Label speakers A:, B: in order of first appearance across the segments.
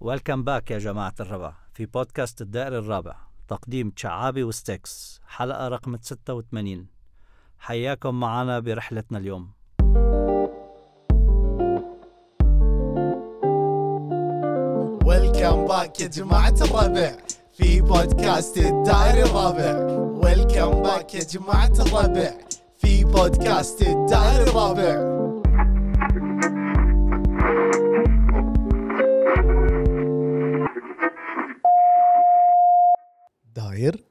A: ويلكم باك يا جماعة الربع في بودكاست الدائر الرابع تقديم شعابي وستيكس حلقة رقم 86 حياكم معنا برحلتنا اليوم
B: ويلكم باك يا جماعة الربع في بودكاست الدائري الرابع ويلكم باك يا جماعة الربع في بودكاست الدائري الرابع
C: داير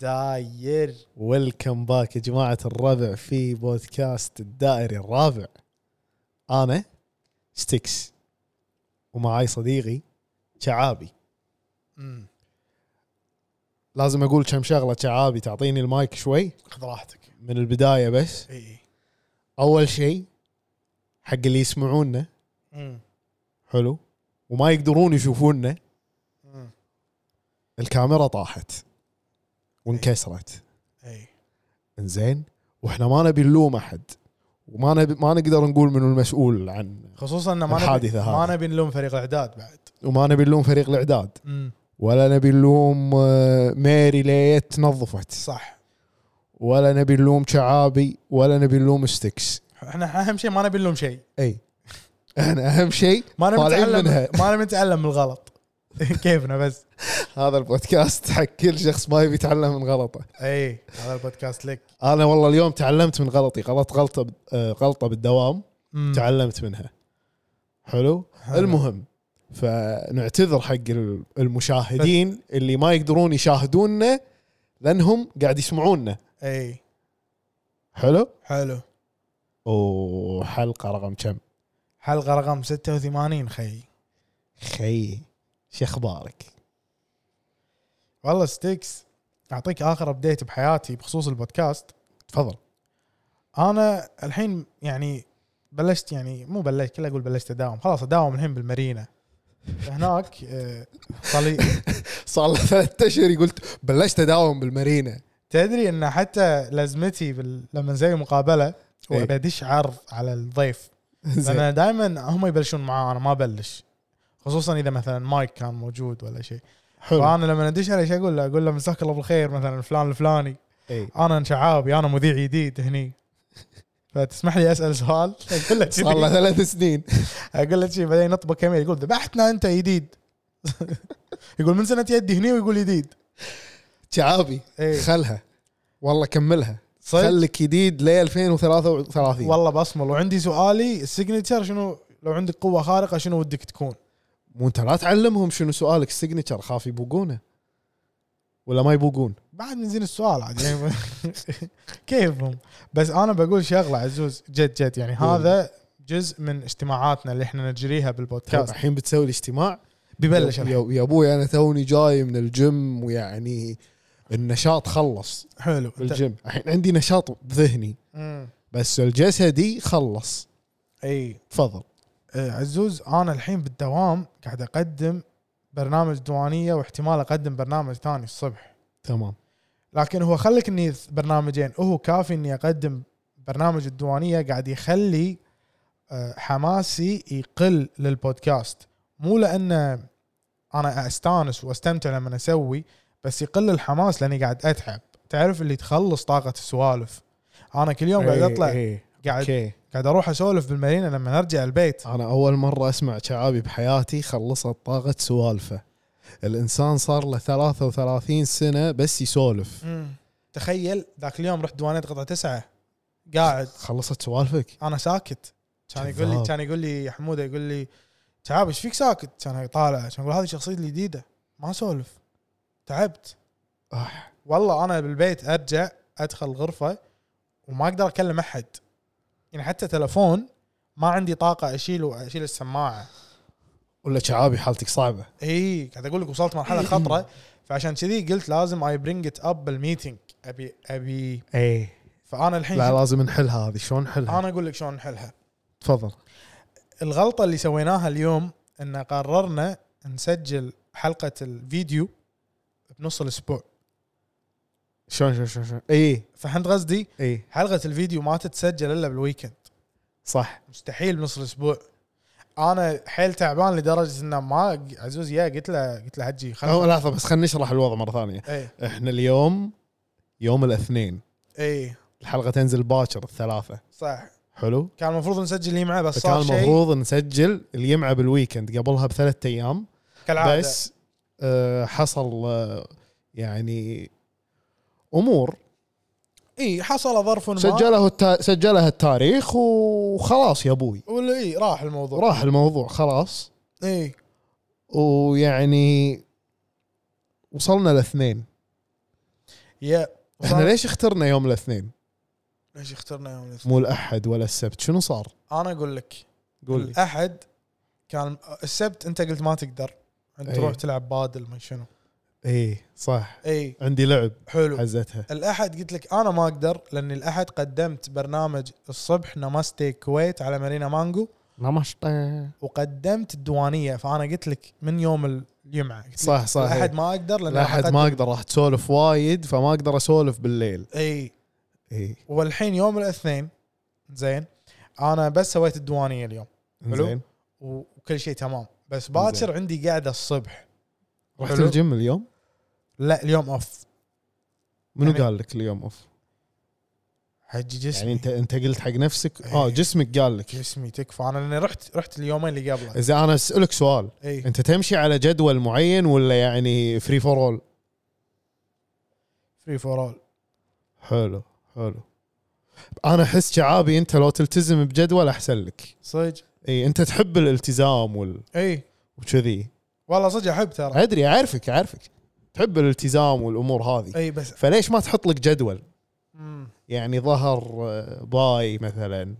B: داير
C: ويلكم باك يا جماعة الربع في بودكاست الدائري الرابع أنا ستيكس ومعاي صديقي شعابي
B: مم.
C: لازم أقول كم شغلة شعابي تعطيني المايك شوي
B: خذ راحتك
C: من البداية بس
B: اي
C: أول شيء حق اللي يسمعونا
B: مم.
C: حلو وما يقدرون يشوفونا
B: مم.
C: الكاميرا طاحت وانكسرت
B: اي
C: انزين واحنا ما نبي نلوم احد وما نبي ما نقدر نقول منو المسؤول عن
B: خصوصا انه ما نبي
C: الحادثة
B: ما
C: هذه.
B: نبي نلوم فريق الاعداد بعد
C: وما نبي نلوم فريق الاعداد
B: مم.
C: ولا نبي نلوم آه، ماري ليت نظفت
B: صح
C: ولا نبي نلوم شعابي ولا نبي نلوم ستكس
B: احنا اهم شيء ما نبي نلوم شيء
C: اي احنا اهم شيء
B: ما نبي
C: طالعين
B: نتعلم
C: منها
B: ما نبي نتعلم من الغلط كيفنا بس
C: هذا البودكاست حق كل شخص ما يبي يتعلم من غلطه
B: اي هذا البودكاست لك
C: انا والله اليوم تعلمت من غلطي غلط غلطه آه، غلطه بالدوام
B: مم.
C: تعلمت منها حلو
B: حلو.
C: المهم فنعتذر حق ال- المشاهدين اللي ما يقدرون يشاهدونا لانهم قاعد يسمعونا
B: اي
C: حلو
B: حلو
C: وحلقه رقم كم
B: حلقه رقم 86 خي
C: خي شو اخبارك؟
B: والله ستيكس اعطيك اخر ابديت بحياتي بخصوص البودكاست
C: تفضل
B: انا الحين يعني بلشت يعني مو بلشت كله اقول بلشت اداوم خلاص اداوم الحين بالمارينا هناك آه، صار لي
C: صار له ثلاثة اشهر قلت بلشت اداوم بالمارينا
B: تدري ان حتى لازمتي بال... لما نسوي مقابله
C: إيه.
B: وابي ادش عرض على الضيف
C: زين
B: لان دائما هم يبلشون معاه انا ما ابلش خصوصا اذا مثلا مايك كان موجود ولا شيء
C: حلو
B: فانا لما ادش على ايش اقول له اقول له مساك الله بالخير مثلا فلان الفلاني
C: إي.
B: انا شعابي انا مذيع جديد هني فتسمح لي اسال سؤال اقول له
C: صار له
B: كذي
C: ثلاث سنين
B: اقول له كذي بعدين يطبق كمية يقول ذبحتنا انت جديد يقول من سنه يدي هني ويقول جديد
C: شعابي
B: إي.
C: خلها والله كملها
B: صدق
C: خلك جديد ل 2033
B: والله بصمل وعندي سؤالي السيجنتشر شنو لو عندك قوه خارقه شنو ودك تكون؟
C: مو انت لا تعلمهم شنو سؤالك السيجنتشر خاف يبوقونه ولا ما يبوقون
B: بعد نزين السؤال عاد يعني كيفهم بس انا بقول شغله عزوز جد جد يعني هذا جزء من اجتماعاتنا اللي احنا نجريها بالبودكاست
C: الحين بتسوي الاجتماع
B: ببلش
C: يا-
B: الحين.
C: يا, يا ابوي انا توني جاي من الجيم ويعني النشاط خلص
B: حلو أنت-
C: بالجيم الحين عندي نشاط ذهني
B: مم.
C: بس الجسدي خلص
B: اي
C: تفضل
B: آه، عزوز انا الحين بالدوام قاعد اقدم برنامج دوانيه واحتمال اقدم برنامج ثاني الصبح
C: تمام
B: لكن هو خلك اني ث- برنامجين هو كافي اني اقدم برنامج الديوانيه قاعد يخلي آه، حماسي يقل للبودكاست مو لان انا استانس واستمتع لما اسوي بس يقل الحماس لاني قاعد اتعب تعرف اللي تخلص طاقه السوالف انا كل يوم قاعد
C: إيه،
B: اطلع
C: إيه.
B: قاعد
C: اوكي
B: قاعد اروح اسولف بالمارينا لما ارجع البيت
C: انا اول مره اسمع شعابي بحياتي خلصت طاقه سوالفه الانسان صار له 33 سنه بس يسولف
B: تخيل ذاك اليوم رحت ديوانيه قطعه تسعه قاعد
C: خلصت سوالفك
B: انا ساكت كان يقول لي
C: جذاب.
B: كان يقول لي حموده يقول لي تعب ايش فيك ساكت كان طالع كان يقول هذه شخصيتي الجديده ما اسولف تعبت
C: آه.
B: والله انا بالبيت ارجع ادخل الغرفه وما اقدر اكلم احد يعني حتى تلفون ما عندي طاقه اشيله اشيل السماعه
C: ولا شعابي حالتك صعبه
B: اي قاعد اقول لك وصلت مرحله خطره فعشان كذي قلت لازم اي برينج ات اب بالميتنج ابي ابي
C: اي
B: إيه. فانا الحين
C: لا
B: شو-
C: لازم نحلها هذه شلون نحلها
B: انا اقول لك شلون نحلها
C: تفضل
B: الغلطة اللي سويناها اليوم ان قررنا نسجل حلقة الفيديو بنص الاسبوع
C: شلون شلون شلون إيه، شلون اي
B: فهمت قصدي؟
C: اي
B: حلقة الفيديو ما تتسجل الا بالويكند
C: صح
B: مستحيل بنص الاسبوع انا حيل تعبان لدرجه انه ما عزوز يا قلت له قلت له إيه. هجي
C: هو
B: خل
C: لحظه بس خلينا نشرح الوضع مره ثانيه
B: اي
C: احنا اليوم يوم الاثنين
B: اي
C: الحلقه تنزل باكر الثلاثه
B: إيه. صح
C: حلو
B: كان المفروض نسجل اللي معه بس
C: فكان
B: صار شيء
C: المفروض نسجل الجمعه بالويكند قبلها بثلاث ايام
B: كالعاده بس
C: بس آه حصل آه يعني امور
B: اي إيه، حصل ظرف ما
C: سجله التا... سجلها التاريخ وخلاص يا ابوي
B: ولا اي راح الموضوع إيه.
C: راح الموضوع خلاص
B: اي
C: ويعني وصلنا الاثنين
B: يا
C: احنا
B: وصار-
C: ليش اخترنا يوم الاثنين
B: ليش اخترنا يوم الاثنين؟
C: مو الاحد ولا السبت شنو صار
B: انا اقول لك
C: قول لي
B: الاحد كان السبت انت قلت ما تقدر انت
C: إي.
B: تروح تلعب بادل ما شنو
C: ايه صح
B: اي
C: عندي لعب
B: حلو
C: حزتها
B: الاحد قلت لك انا ما اقدر لان الاحد قدمت برنامج الصبح نمستي كويت على مارينا مانجو
C: نمشطه
B: وقدمت الديوانيه فانا قلت لك من يوم ال- الجمعه قلت لك
C: صح صح
B: الاحد
C: الاحد
B: ما اقدر لان
C: الاحد ما اقدر راح تسولف وايد فما اقدر اسولف بالليل
B: اي
C: ايه
B: والحين يوم الاثنين زين انا بس سويت الديوانيه اليوم حلو.
C: زين
B: و- وكل شيء تمام بس باكر عندي قاعده الصبح
C: رحت
B: حلو.
C: الجيم اليوم
B: لا اليوم اوف
C: منو
B: يعني-
C: قال لك اليوم اوف
B: حجي جسمي
C: يعني انت انت قلت حق نفسك اه
B: إيه.
C: جسمك قال لك
B: جسمي تكفى انا لاني رحت رحت اليومين اللي قبله إيه.
C: اذا انا اسالك سؤال
B: اي
C: انت تمشي على جدول معين ولا يعني فري فور اول
B: فري فور اول
C: حلو حلو انا احس شعابي انت لو تلتزم بجدول احسن لك
B: صدق
C: اي انت تحب الالتزام وال...
B: اي
C: وكذي
B: والله صدق احب ترى
C: ادري اعرفك اعرفك تحب الالتزام والامور هذه
B: اي إيه، بس
C: فليش ما تحط لك جدول
B: مم.
C: يعني ظهر آه، باي مثلا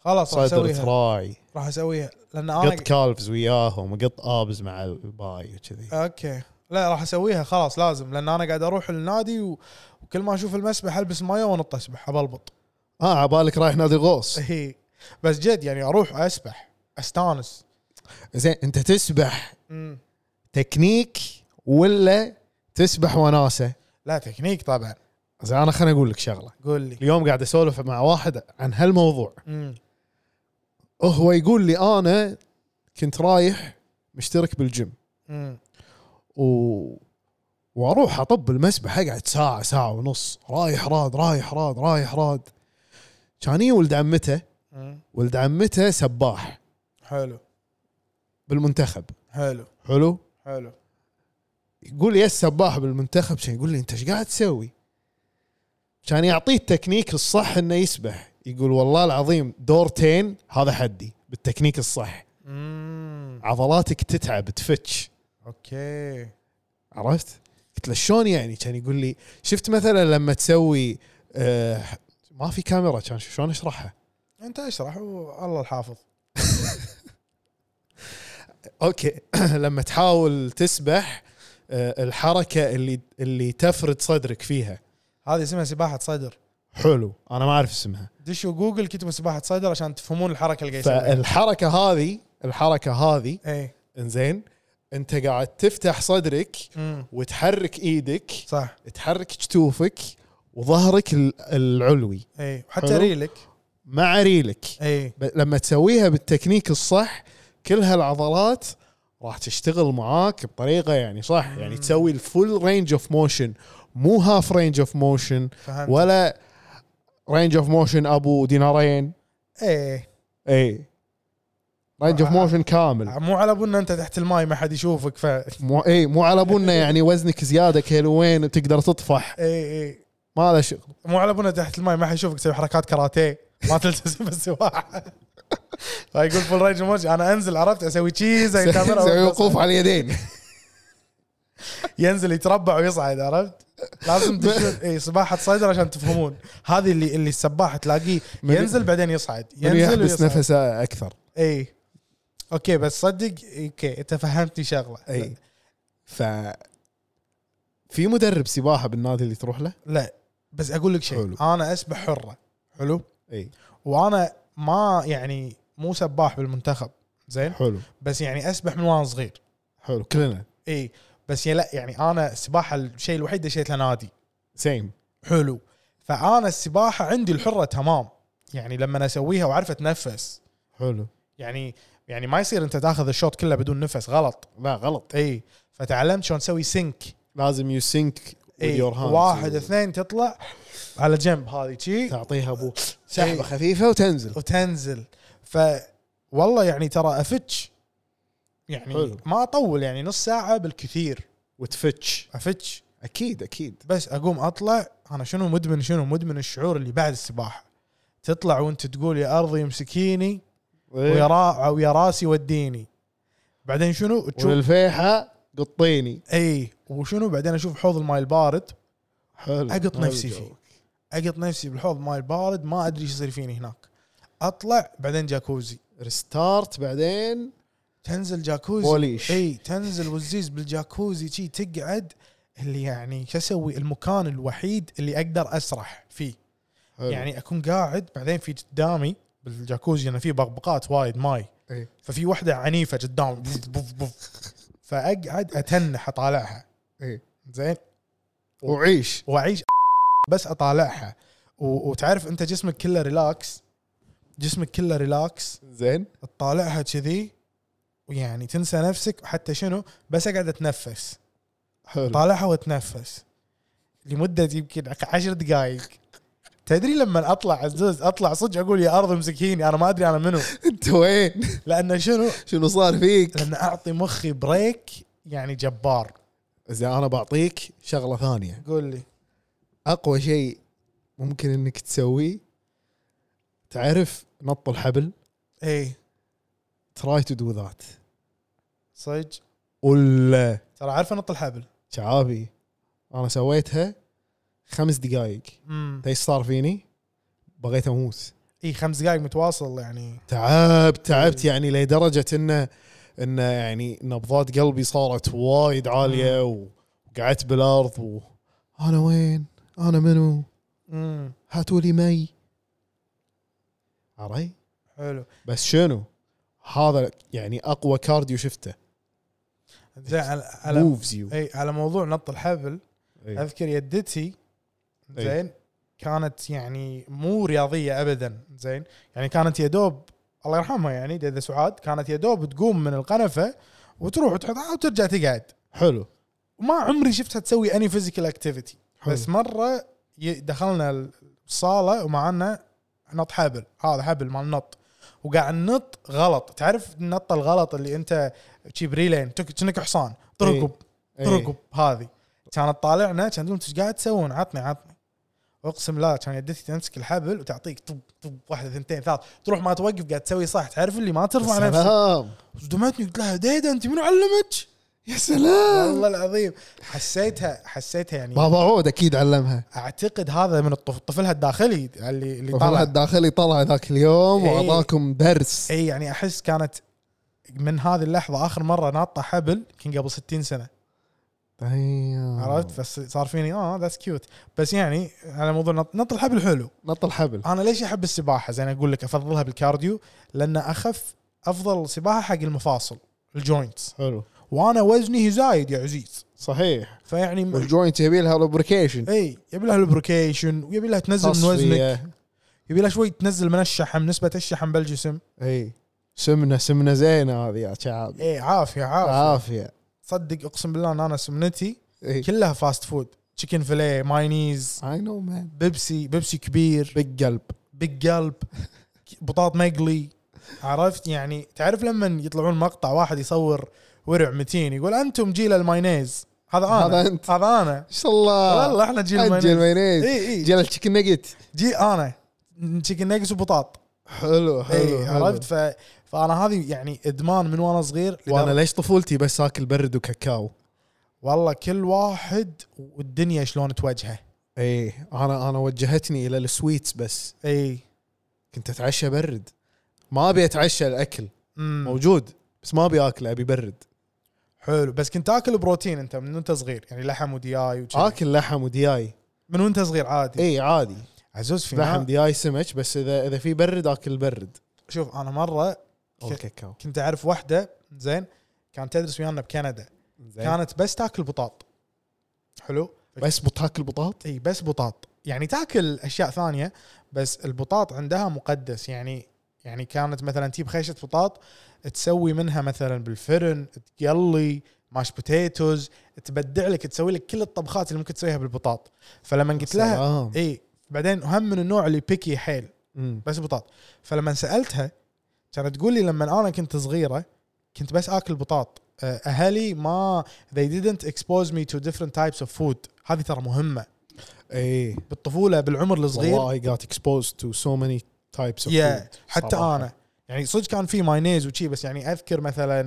B: خلاص راح
C: صدر
B: اسويها
C: ثراي
B: راح اسويها لان
C: قط
B: انا
C: كالفز وياهم وقط ابز مع الباي وكذي
B: اوكي لا راح اسويها خلاص لازم لان انا قاعد اروح النادي و... وكل ما اشوف المسبح البس مايه وانط اسبح ابلبط
C: اه عبالك رايح نادي غوص
B: اي إيه. بس جد يعني اروح اسبح استانس
C: زين انت تسبح
B: مم.
C: تكنيك ولا تسبح وناسه
B: لا تكنيك طبعا
C: زين انا خليني اقول لك شغله
B: قول لي
C: اليوم قاعد اسولف مع واحد عن هالموضوع
B: مم.
C: هو يقول لي انا كنت رايح مشترك بالجيم
B: مم.
C: و... واروح اطب المسبح اقعد ساعه ساعه ونص رايح راد رايح راد رايح راد كان يجي ولد عمته
B: مم.
C: ولد عمته سباح
B: حلو
C: بالمنتخب
B: حلو
C: حلو
B: حلو
C: يقول لي يا السباح بالمنتخب شي يقول لي انت ايش قاعد تسوي؟ كان يعطيه التكنيك الصح انه يسبح يقول والله العظيم دورتين هذا حدي بالتكنيك الصح
B: مم.
C: عضلاتك تتعب تفتش
B: اوكي
C: عرفت؟ قلت له شلون يعني؟ كان يقول لي شفت مثلا لما تسوي آه ما في كاميرا كان شلون اشرحها؟
B: انت اشرح والله الحافظ
C: اوكي لما تحاول تسبح آه الحركه اللي اللي تفرد صدرك فيها
B: هذه اسمها سباحه صدر
C: حلو انا ما اعرف اسمها
B: دشوا جوجل كتبوا سباحه صدر عشان تفهمون الحركه اللي قاعد يسويها إيه.
C: فالحركه هذه الحركه هذه
B: اي
C: انزين انت قاعد تفتح صدرك
B: مم.
C: وتحرك ايدك
B: صح
C: تحرك كتوفك وظهرك ال- العلوي
B: اي إيه. وحتى
C: حلو.
B: ريلك إيه.
C: مع ريلك
B: اي
C: ب- لما تسويها بالتكنيك الصح كل هالعضلات راح تشتغل معاك بطريقه يعني صح يعني تسوي الفول رينج اوف موشن مو هاف رينج اوف موشن
B: فهمت
C: ولا رينج اوف موشن ابو دينارين إيه.
B: اي
C: اي رينج اوف موشن كامل
B: مو على بنا انت تحت الماي ما حد يشوفك ف اي
C: مو اي مو على بنا يعني وزنك زياده كيلوين وتقدر تطفح
B: اي
C: ما له شغل
B: إيه، مو على بنا تحت الماي ما حد يشوفك تسوي حركات كاراتيه ما تلتزم بالسباحه فيقول فول رينج موشن انا انزل عرفت اسوي تشيز
C: زي وقوف على اليدين
B: ينزل يتربع ويصعد عرفت؟ لازم تدشون اي سباحه صيدر عشان تفهمون هذه اللي اللي السباح تلاقيه
C: من-
B: ينزل بعدين يصعد
C: من
B: ينزل
C: يحبس
B: ويصعد.
C: نفسه اكثر
B: اي اوكي بس صدق اوكي انت فهمتني شغله
C: اي ف في مدرب سباحه بالنادي اللي تروح له
B: لا بس اقول لك شيء
C: حلو.
B: انا اسبح حره حلو
C: اي
B: وانا ما يعني مو سباح بالمنتخب زين
C: حلو
B: بس يعني اسبح من وانا صغير
C: حلو كلنا
B: اي بس يا لا يعني انا السباحه الشيء الوحيد دشيت له نادي
C: سيم
B: حلو فانا السباحه عندي الحره تمام يعني لما اسويها واعرف اتنفس
C: حلو
B: يعني يعني ما يصير انت تاخذ الشوت كله بدون نفس غلط
C: لا غلط
B: اي فتعلمت شلون تسوي سينك
C: لازم يو سينك
B: اي إيه، واحد اثنين تطلع على جنب هذه شي
C: يعني تعطيها ابو
B: إيه.
C: سحبه خفيفه وتنزل
B: وتنزل ف والله يعني ترى افتش يعني
C: حلو.
B: ما اطول يعني نص ساعه بالكثير
C: وتفتش
B: افتش
C: اكيد اكيد
B: بس اقوم اطلع انا شنو مدمن شنو مدمن الشعور اللي بعد السباحه تطلع وانت تقول يا ارضي امسكيني
C: إيه.
B: ويا را ويا راسي وديني بعدين شنو تشوف
C: والفيحة قطيني
B: اي وشنو بعدين اشوف حوض الماي البارد
C: حلو
B: أقط
C: حلو
B: نفسي
C: جوك.
B: اقط نفسي بالحوض ماي البارد ما ادري ايش يصير فيني هناك اطلع بعدين جاكوزي
C: ريستارت بعدين
B: تنزل جاكوزي
C: بوليش.
B: اي تنزل والزيز بالجاكوزي شي تقعد اللي يعني شو اسوي المكان الوحيد اللي اقدر اسرح فيه
C: حلو.
B: يعني اكون قاعد بعدين في قدامي بالجاكوزي انه في بقبقات وايد ماي
C: إيه.
B: ففي وحده عنيفه قدام بوف بوف بوف فاقعد اتنح اطالعها
C: إيه.
B: زين
C: وعيش
B: واعيش بس اطالعها و- وتعرف انت جسمك كله ريلاكس جسمك كله ريلاكس
C: زين
B: تطالعها كذي ويعني تنسى نفسك وحتى شنو بس اقعد اتنفس
C: حلو
B: طالعها واتنفس لمده يمكن عشر دقائق تدري لما اطلع عزوز اطلع صدق اقول يا ارض امسكيني انا ما ادري انا منو
C: انت وين
B: لان شنو
C: شنو صار فيك
B: لان اعطي مخي بريك يعني جبار
C: زين انا بعطيك شغله ثانيه
B: قول لي
C: اقوى شيء ممكن انك تسويه تعرف نط الحبل
B: اي
C: تراي تو دو ذات
B: صدق
C: ولا
B: ترى عارف انط الحبل
C: شعابي انا سويتها خمس دقائق
B: امم
C: تدري ايش صار فيني؟ بغيت اموت
B: اي إيه، خمس دقائق متواصل يعني
C: تعبت تعبت يعني لدرجه انه انه يعني نبضات قلبي صارت وايد عاليه وقعدت بالارض و انا وين؟ انا منو؟
B: امم
C: هاتوا لي مي علي؟
B: حلو
C: بس شنو؟ هذا يعني اقوى كارديو شفته
B: زين على على
C: موفز يو
B: اي على موضوع نط الحبل اذكر يدتي
C: أي.
B: زين كانت يعني مو رياضيه ابدا زين يعني كانت يدوب الله يرحمها يعني ديدا سعاد كانت يدوب تقوم من القنفه وتروح وتحطها وترجع تقعد
C: حلو
B: ما عمري شفتها تسوي اني فيزيكال اكتيفيتي
C: حلو.
B: بس مره ي- دخلنا الصاله ومعنا نط حبل هذا حبل مال نط وقاعد نط غلط تعرف النطه الغلط اللي انت تجيب ريلين تك- كأنك حصان ترقب ترقب هذه كانت طالعنا كان تقول ايش قاعد تسوون عطني عطني اقسم لا كان يدتي تمسك الحبل وتعطيك طب طب واحده ثنتين ثلاث تروح ما توقف قاعد تسوي صح تعرف اللي ما ترفع نفسك
C: سلام
B: صدمتني قلت لها ديدا انت منو علمك؟
C: يا سلام
B: والله العظيم حسيتها حسيتها يعني
C: بابا عود اكيد علمها
B: اعتقد هذا من الطفل طفلها الداخلي اللي اللي
C: طلع
B: طالع
C: الداخلي طلع ذاك اليوم
B: إيه.
C: واعطاكم درس
B: اي يعني احس كانت من هذه اللحظه اخر مره ناطه حبل كان قبل 60 سنه
C: دايم.
B: عرفت بس صار فيني اه ذاتس كيوت بس يعني على موضوع نط, نط الحبل حلو
C: نط الحبل
B: انا ليش احب السباحه زي انا اقول لك افضلها بالكارديو لان اخف افضل سباحه حق المفاصل الجوينتس
C: حلو
B: وانا وزني زايد يا عزيز
C: صحيح إيه،
B: فيعني
C: والجوينت يبي لها لوبريكيشن
B: اي يبي لها لبريكيشن ويبي لها تنزل من وزنك يبي لها شوي تنزل من الشحم نسبه الشحم بالجسم
C: اي سمنه سمنه زينه هذه يا شعب
B: اي عافيه عافيه
C: عافيه
B: صدق اقسم بالله ان انا سمنتي
C: اي
B: كلها فاست فود تشيكن فيليه ماينيز
C: اي نو مان
B: بيبسي بيبسي كبير
C: بيج قلب
B: بيج قلب بطاط مقلي عرفت يعني تعرف لما يطلعون مقطع واحد يصور ورع متين يقول انتم جيل المايونيز هذا انا
C: هذا أنت.
B: هذا انا
C: ان شاء الله
B: والله احنا جيل
C: أجل
B: المايونيز
C: مايونيز إيه،
B: اي اي
C: جل تشيكن نجت
B: جي انا تشيكن ناجتس وبطاط
C: حلو حلو
B: اي
C: حلو.
B: عرفت ف... فانا هذه يعني ادمان من وانا صغير
C: وانا ليش طفولتي بس اكل برد وكاكاو
B: والله كل واحد والدنيا شلون تواجهه
C: اي انا انا إيه. وجهتني الى السويتس بس
B: اي
C: كنت اتعشى برد ما ابي اتعشى الاكل
B: مم.
C: موجود بس ما ابي اكله ابي برد
B: حلو بس كنت اكل بروتين انت من وانت صغير يعني لحم ودياي وشي.
C: اكل لحم ودياي
B: من وانت صغير عادي
C: اي عادي
B: عزوز في
C: لحم
B: لحم
C: دياي سمك بس اذا اذا في برد اكل برد
B: شوف انا مره
C: او الكاكاو
B: كنت اعرف واحده زين كانت تدرس ويانا بكندا
C: زين
B: كانت بس تاكل بطاط حلو
C: بس بتاكل بطاط
B: اي بس بطاط يعني تاكل اشياء ثانيه بس البطاط عندها مقدس يعني يعني كانت مثلا تجيب خيشه بطاط تسوي منها مثلا بالفرن تقلي ماش بوتيتوز تبدع لك تسوي لك كل الطبخات اللي ممكن تسويها بالبطاط فلما قلت لها
C: سلام.
B: اي بعدين هم من النوع اللي بيكي حيل
C: مم.
B: بس بطاط فلما سالتها كانت تقول لي لما انا كنت صغيره كنت بس اكل بطاط أه، اهلي ما they didn't expose me to different types of food هذه ترى مهمه
C: اي
B: بالطفوله بالعمر الصغير
C: والله got exposed to so many types of
B: يا
C: food
B: حتى
C: صراحة.
B: انا يعني صدق كان في مايونيز وشي بس يعني اذكر مثلا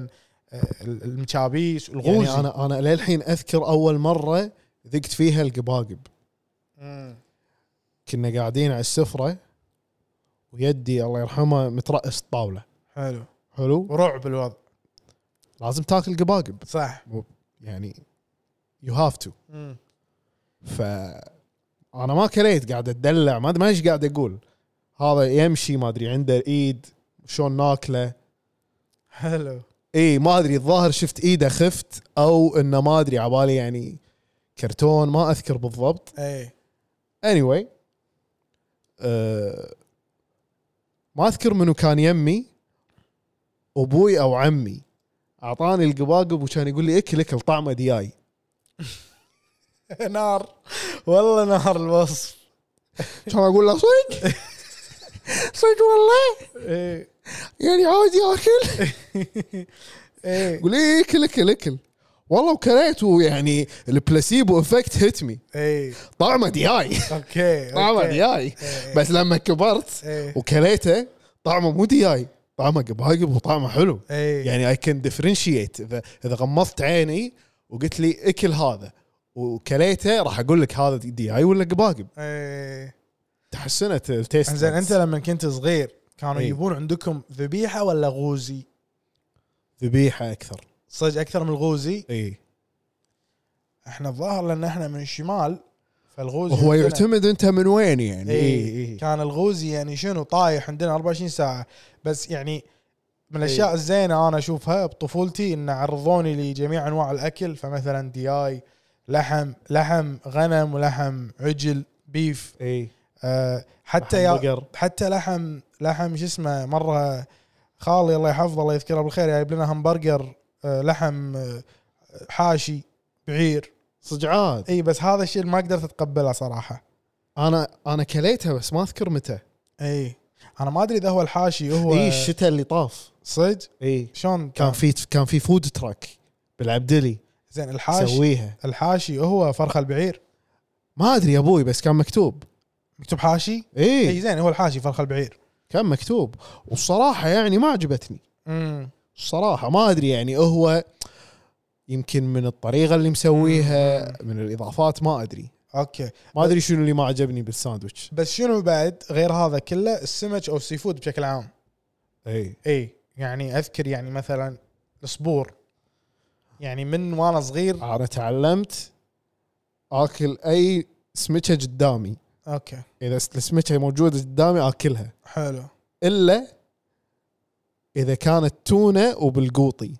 B: أه، ال- المشابيش والغوزي
C: يعني انا انا للحين اذكر اول مره ذقت فيها القباقب
B: مم.
C: كنا قاعدين على السفره ويدي الله يرحمه مترأس الطاوله
B: حلو
C: حلو
B: ورعب الوضع
C: لازم تاكل قباقب
B: صح
C: يعني يو هاف تو
B: مم.
C: ف انا ما كليت قاعد اتدلع ما ادري ما ايش قاعد اقول هذا يمشي ما ادري عنده ايد شلون ناكله
B: حلو
C: اي ما ادري الظاهر شفت ايده خفت او انه ما ادري عبالي يعني كرتون ما اذكر بالضبط
B: اي
C: anyway أه ما اذكر منو كان يمي ابوي او عمي اعطاني القباقب وكان يقول لي اكل اكل طعمه دياي
B: نار والله نار الوصف
C: كان اقول له صدق صدق والله
B: اي
C: يعني عاوز ياكل
B: اي
C: يقول لي إيه، اكل اكل اكل والله وكليت ويعني البلاسيبو افكت هيت مي
B: اي
C: طعمه دياي
B: اوكي
C: طعمه
B: اوكي
C: دياي بس لما كبرت
B: إيه.
C: وكليته طعمه مو دياي طعمه قباقب وطعمه حلو
B: إيه.
C: يعني اي كان ديفرنشيت اذا اذا غمضت عيني وقلت لي اكل هذا وكليته راح اقول لك هذا دياي ولا قباقب
B: ايه
C: تحسنت التيست
B: زين انت لما كنت صغير كانوا
C: إيه.
B: يجيبون عندكم ذبيحه ولا غوزي؟
C: ذبيحه اكثر
B: صدق اكثر من الغوزي
C: اي
B: احنا الظاهر لان احنا من الشمال فالغوزي
C: وهو
B: عندنا-
C: يعتمد انت من وين يعني
B: اي إيه. كان الغوزي يعني شنو طايح عندنا 24 ساعه بس يعني من الاشياء
C: إيه.
B: الزينه انا اشوفها بطفولتي ان عرضوني لجميع انواع الاكل فمثلا دياي لحم لحم غنم ولحم عجل بيف
C: اي
B: أه حتى
C: لحم
B: يا
C: إيه، بقر.
B: حتى لحم لحم شو اسمه مره خالي الله يحفظه الله يذكره بالخير جايب لنا همبرجر أه لحم أه، حاشي بعير
C: صدق عاد
B: اي بس هذا الشيء اللي ما قدرت اتقبله صراحه
C: انا انا كليتها بس ما اذكر متى إيه.
B: اي انا ما ادري اذا هو الحاشي هو
C: اي الشتاء اللي طاف
B: صدق
C: اي
B: شلون
C: كان في كان في فود تراك بالعبدلي
B: زين الحاشي
C: سويها
B: الحاشي هو فرخ البعير
C: ما ادري يا ابوي بس كان مكتوب
B: مكتوب حاشي اي
C: اي
B: زين هو الحاشي فرخ البعير
C: كان مكتوب والصراحه يعني ما عجبتني
B: امم
C: الصراحه ما ادري يعني هو يمكن من الطريقه اللي مسويها من الاضافات ما ادري
B: اوكي
C: ما ادري شنو اللي ما عجبني بالساندويتش
B: بس شنو بعد غير هذا كله السمك او السي فود بشكل عام
C: اي
B: اي يعني اذكر يعني مثلا الصبور يعني من وانا صغير
C: انا تعلمت اكل اي سمكه قدامي
B: اوكي
C: اذا السمكه موجوده قدامي اكلها
B: حلو
C: الا اذا كانت تونه وبالقوطي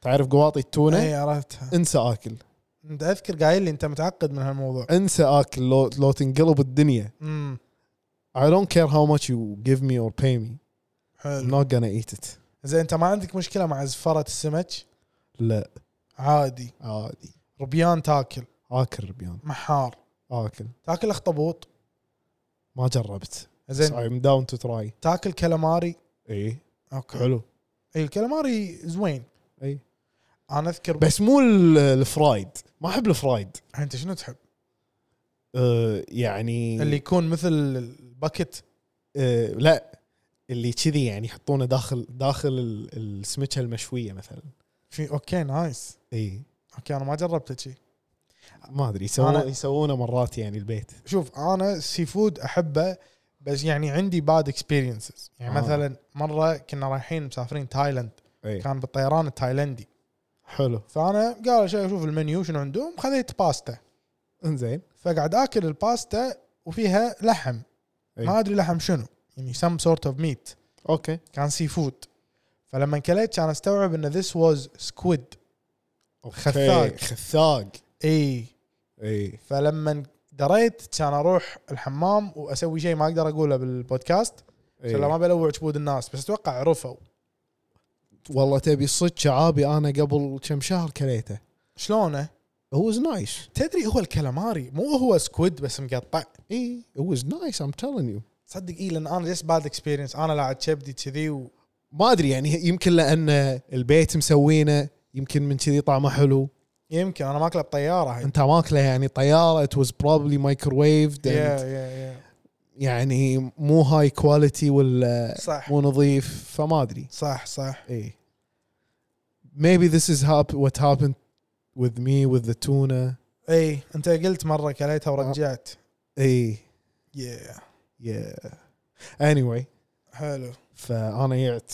C: تعرف قواطي التونه
B: اي عرفتها
C: انسى اكل
B: انت اذكر قايل لي انت متعقد من هالموضوع
C: انسى اكل لو لو تنقلب الدنيا
B: امم
C: I don't care how much you give me or pay me I'm
B: حلو
C: not gonna eat it
B: زين انت ما عندك مشكله مع زفره السمك
C: لا
B: عادي
C: عادي
B: ربيان تاكل
C: اكل ربيان
B: محار
C: اكل
B: تاكل اخطبوط
C: ما جربت بس
B: زين
C: I'm down to try إيه.
B: تاكل كلاماري
C: اي
B: اوكي
C: حلو
B: اي الكلاماري زوين
C: اي
B: انا اذكر بس
C: بس مو ال- الفرايد ما احب الفرايد
B: انت شنو تحب؟
C: أه يعني
B: اللي يكون مثل الباكت
C: أه لا اللي كذي يعني يحطونه داخل داخل ال- السمكه المشويه مثلا
B: في اوكي نايس
C: اي
B: اوكي انا ما جربته شي
C: إيه، ما ادري يسوون
B: أنا-
C: يسوونه مرات يعني البيت
B: شوف انا السي فود احبه بس يعني عندي باد اكسبيرينسز
C: آه.
B: يعني آه. مثلا مره كنا رايحين مسافرين تايلاند
C: اي
B: كان بالطيران التايلندي
C: حلو
B: فانا قال شو اشوف المنيو شنو عندهم خذيت باستا
C: انزين
B: فقعد اكل الباستا وفيها لحم
C: أي.
B: ما ادري لحم شنو يعني سم سورت اوف ميت
C: اوكي
B: كان سي فود فلما كليت كان استوعب ان ذس واز سكويد خثاق.
C: خثاق إيه، خثاق إيه.
B: اي
C: اي
B: فلما دريت كان اروح الحمام واسوي شيء ما اقدر اقوله بالبودكاست
C: إيه.
B: عشان لا ما بلوع عبود الناس بس اتوقع عرفوا
C: والله تبي صدق شعابي انا قبل كم شهر كليته
B: شلونه؟
C: هو از نايس
B: تدري هو الكلاماري مو هو سكويد بس مقطع
C: اي هو از نايس ام تيلينج يو
B: تصدق اي لان انا جست باد اكسبيرينس انا لاعب كبدي كذي و...
C: ما ادري يعني يمكن لان البيت مسوينه يمكن من كذي طعمه حلو
B: يمكن انا ماكله بطياره هاي
C: انت ماكله يعني طياره ات واز بروبلي مايكروويف
B: يا يا يا
C: يعني مو هاي كواليتي ولا
B: صح
C: مو نظيف فما ادري
B: صح صح
C: اي maybe this is hap- what happened with me with the tuna
B: اي انت قلت مره كليتها ورجعت
C: اي
B: يا
C: إيه. yeah anyway
B: حلو
C: فانا يعت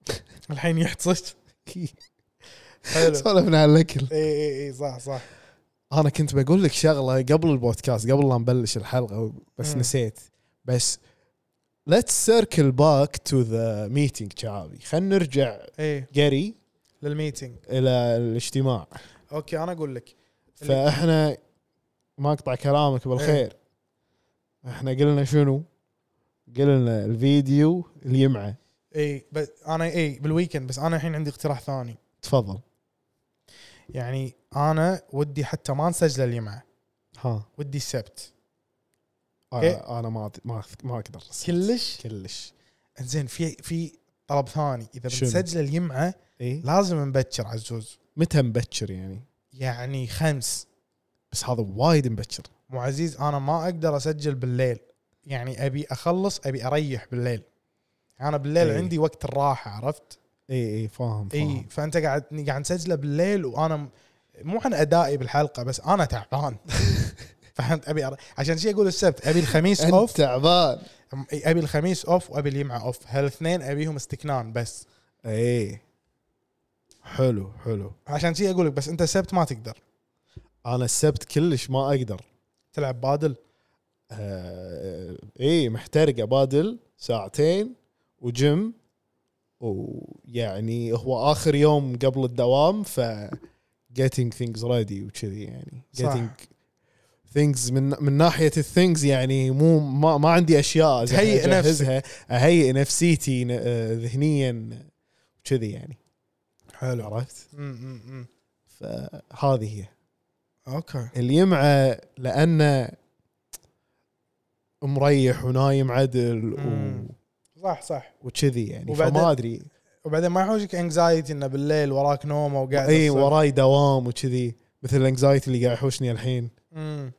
B: الحين يحتصت حلو
C: سولفنا عن الاكل
B: اي اي اي إيه، صح صح
C: انا كنت بقول لك شغله قبل البودكاست قبل لا نبلش الحلقه بس
B: مم.
C: نسيت بس let's circle back to the meeting شعابي خلينا نرجع
B: اي
C: قري
B: للميتنج
C: الى الاجتماع
B: اوكي انا اقول لك
C: فاحنا ما اقطع كلامك بالخير احنا قلنا شنو؟ قلنا الفيديو اليمعه
B: اي إيه، بس انا اي بالويكند بس انا الحين عندي اقتراح ثاني
C: تفضل
B: يعني انا ودي حتى ما نسجله الجمعه
C: ها إيه.
B: ودي السبت
C: انا,
B: أوكي.
C: أنا ما ما ما اقدر
B: كلش
C: كلش
B: زين في في طلب ثاني اذا
C: شنو؟
B: بنسجله الجمعه
C: اي
B: لازم نبكر عزوز
C: متى مبكر يعني؟
B: يعني خمس
C: بس هذا وايد مبكر
B: مو عزيز انا ما اقدر اسجل بالليل يعني ابي اخلص ابي اريح بالليل انا بالليل
C: إي.
B: عندي وقت الراحه عرفت
C: اي اي إيه، فاهم فاهم
B: اي فانت قاعد قاعد نسجله بالليل وانا م- مو عن ادائي بالحلقه بس انا تعبان فهمت ابي أر... عشان شي اقول السبت ابي الخميس اوف
C: انت تعبان
B: أم- إي، ابي الخميس اوف وابي الجمعه اوف هالاثنين ابيهم استكنان بس
C: اي إيه. حلو حلو
B: عشان شي اقول لك بس انت السبت ما تقدر
C: انا السبت كلش ما اقدر
B: تلعب بادل
C: آه اي محترقه بادل ساعتين وجيم ويعني هو اخر يوم قبل الدوام ف getting things ready وكذي يعني
B: صح.
C: getting things من من ناحيه الثينجز يعني مو ما, ما عندي اشياء أجه-
B: تهيئ نفسك.
C: أجهزها، اهيئ نفسيتي آه، ذهنيا وكذي يعني حلو عرفت؟
B: امم
C: فهذه هي
B: اوكي
C: اليمعة لأنه مريح ونايم عدل
B: مم.
C: و...
B: صح صح
C: وكذي يعني
B: وبعدين-
C: فما ادري
B: وبعدين ما يحوجك انكزايتي انه بالليل وراك نومه وقاعد
C: اي
B: الصبح.
C: وراي دوام وكذي مثل الانكزايتي اللي قاعد يحوشني الحين
B: مم.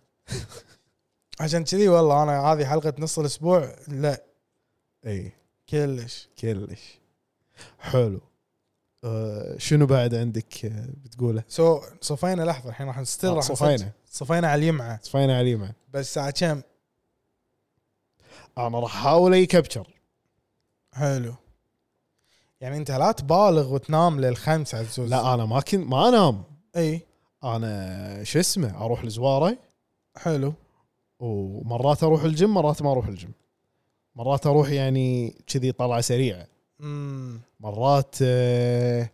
B: عشان كذي والله انا هذه حلقه نص الاسبوع لا
C: اي
B: كلش
C: كلش حلو أه شنو بعد عندك آه، بتقوله؟
B: سو صفينا لحظه الحين راح نستر راح نسجل.
C: آه، صفينا
B: صفينا على الجمعه
C: صفينا على اليمعة
B: بس الساعه كم
C: انا راح احاول اي كابتشر
B: حلو يعني انت لا تبالغ وتنام للخمس عزوز
C: لا انا ما كنت ما انام
B: اي
C: انا شو اسمه اروح الزواره
B: حلو
C: ومرات اروح الجيم مرات ما اروح الجيم مرات اروح يعني كذي طلعه سريعه
B: امم
C: مرات آه،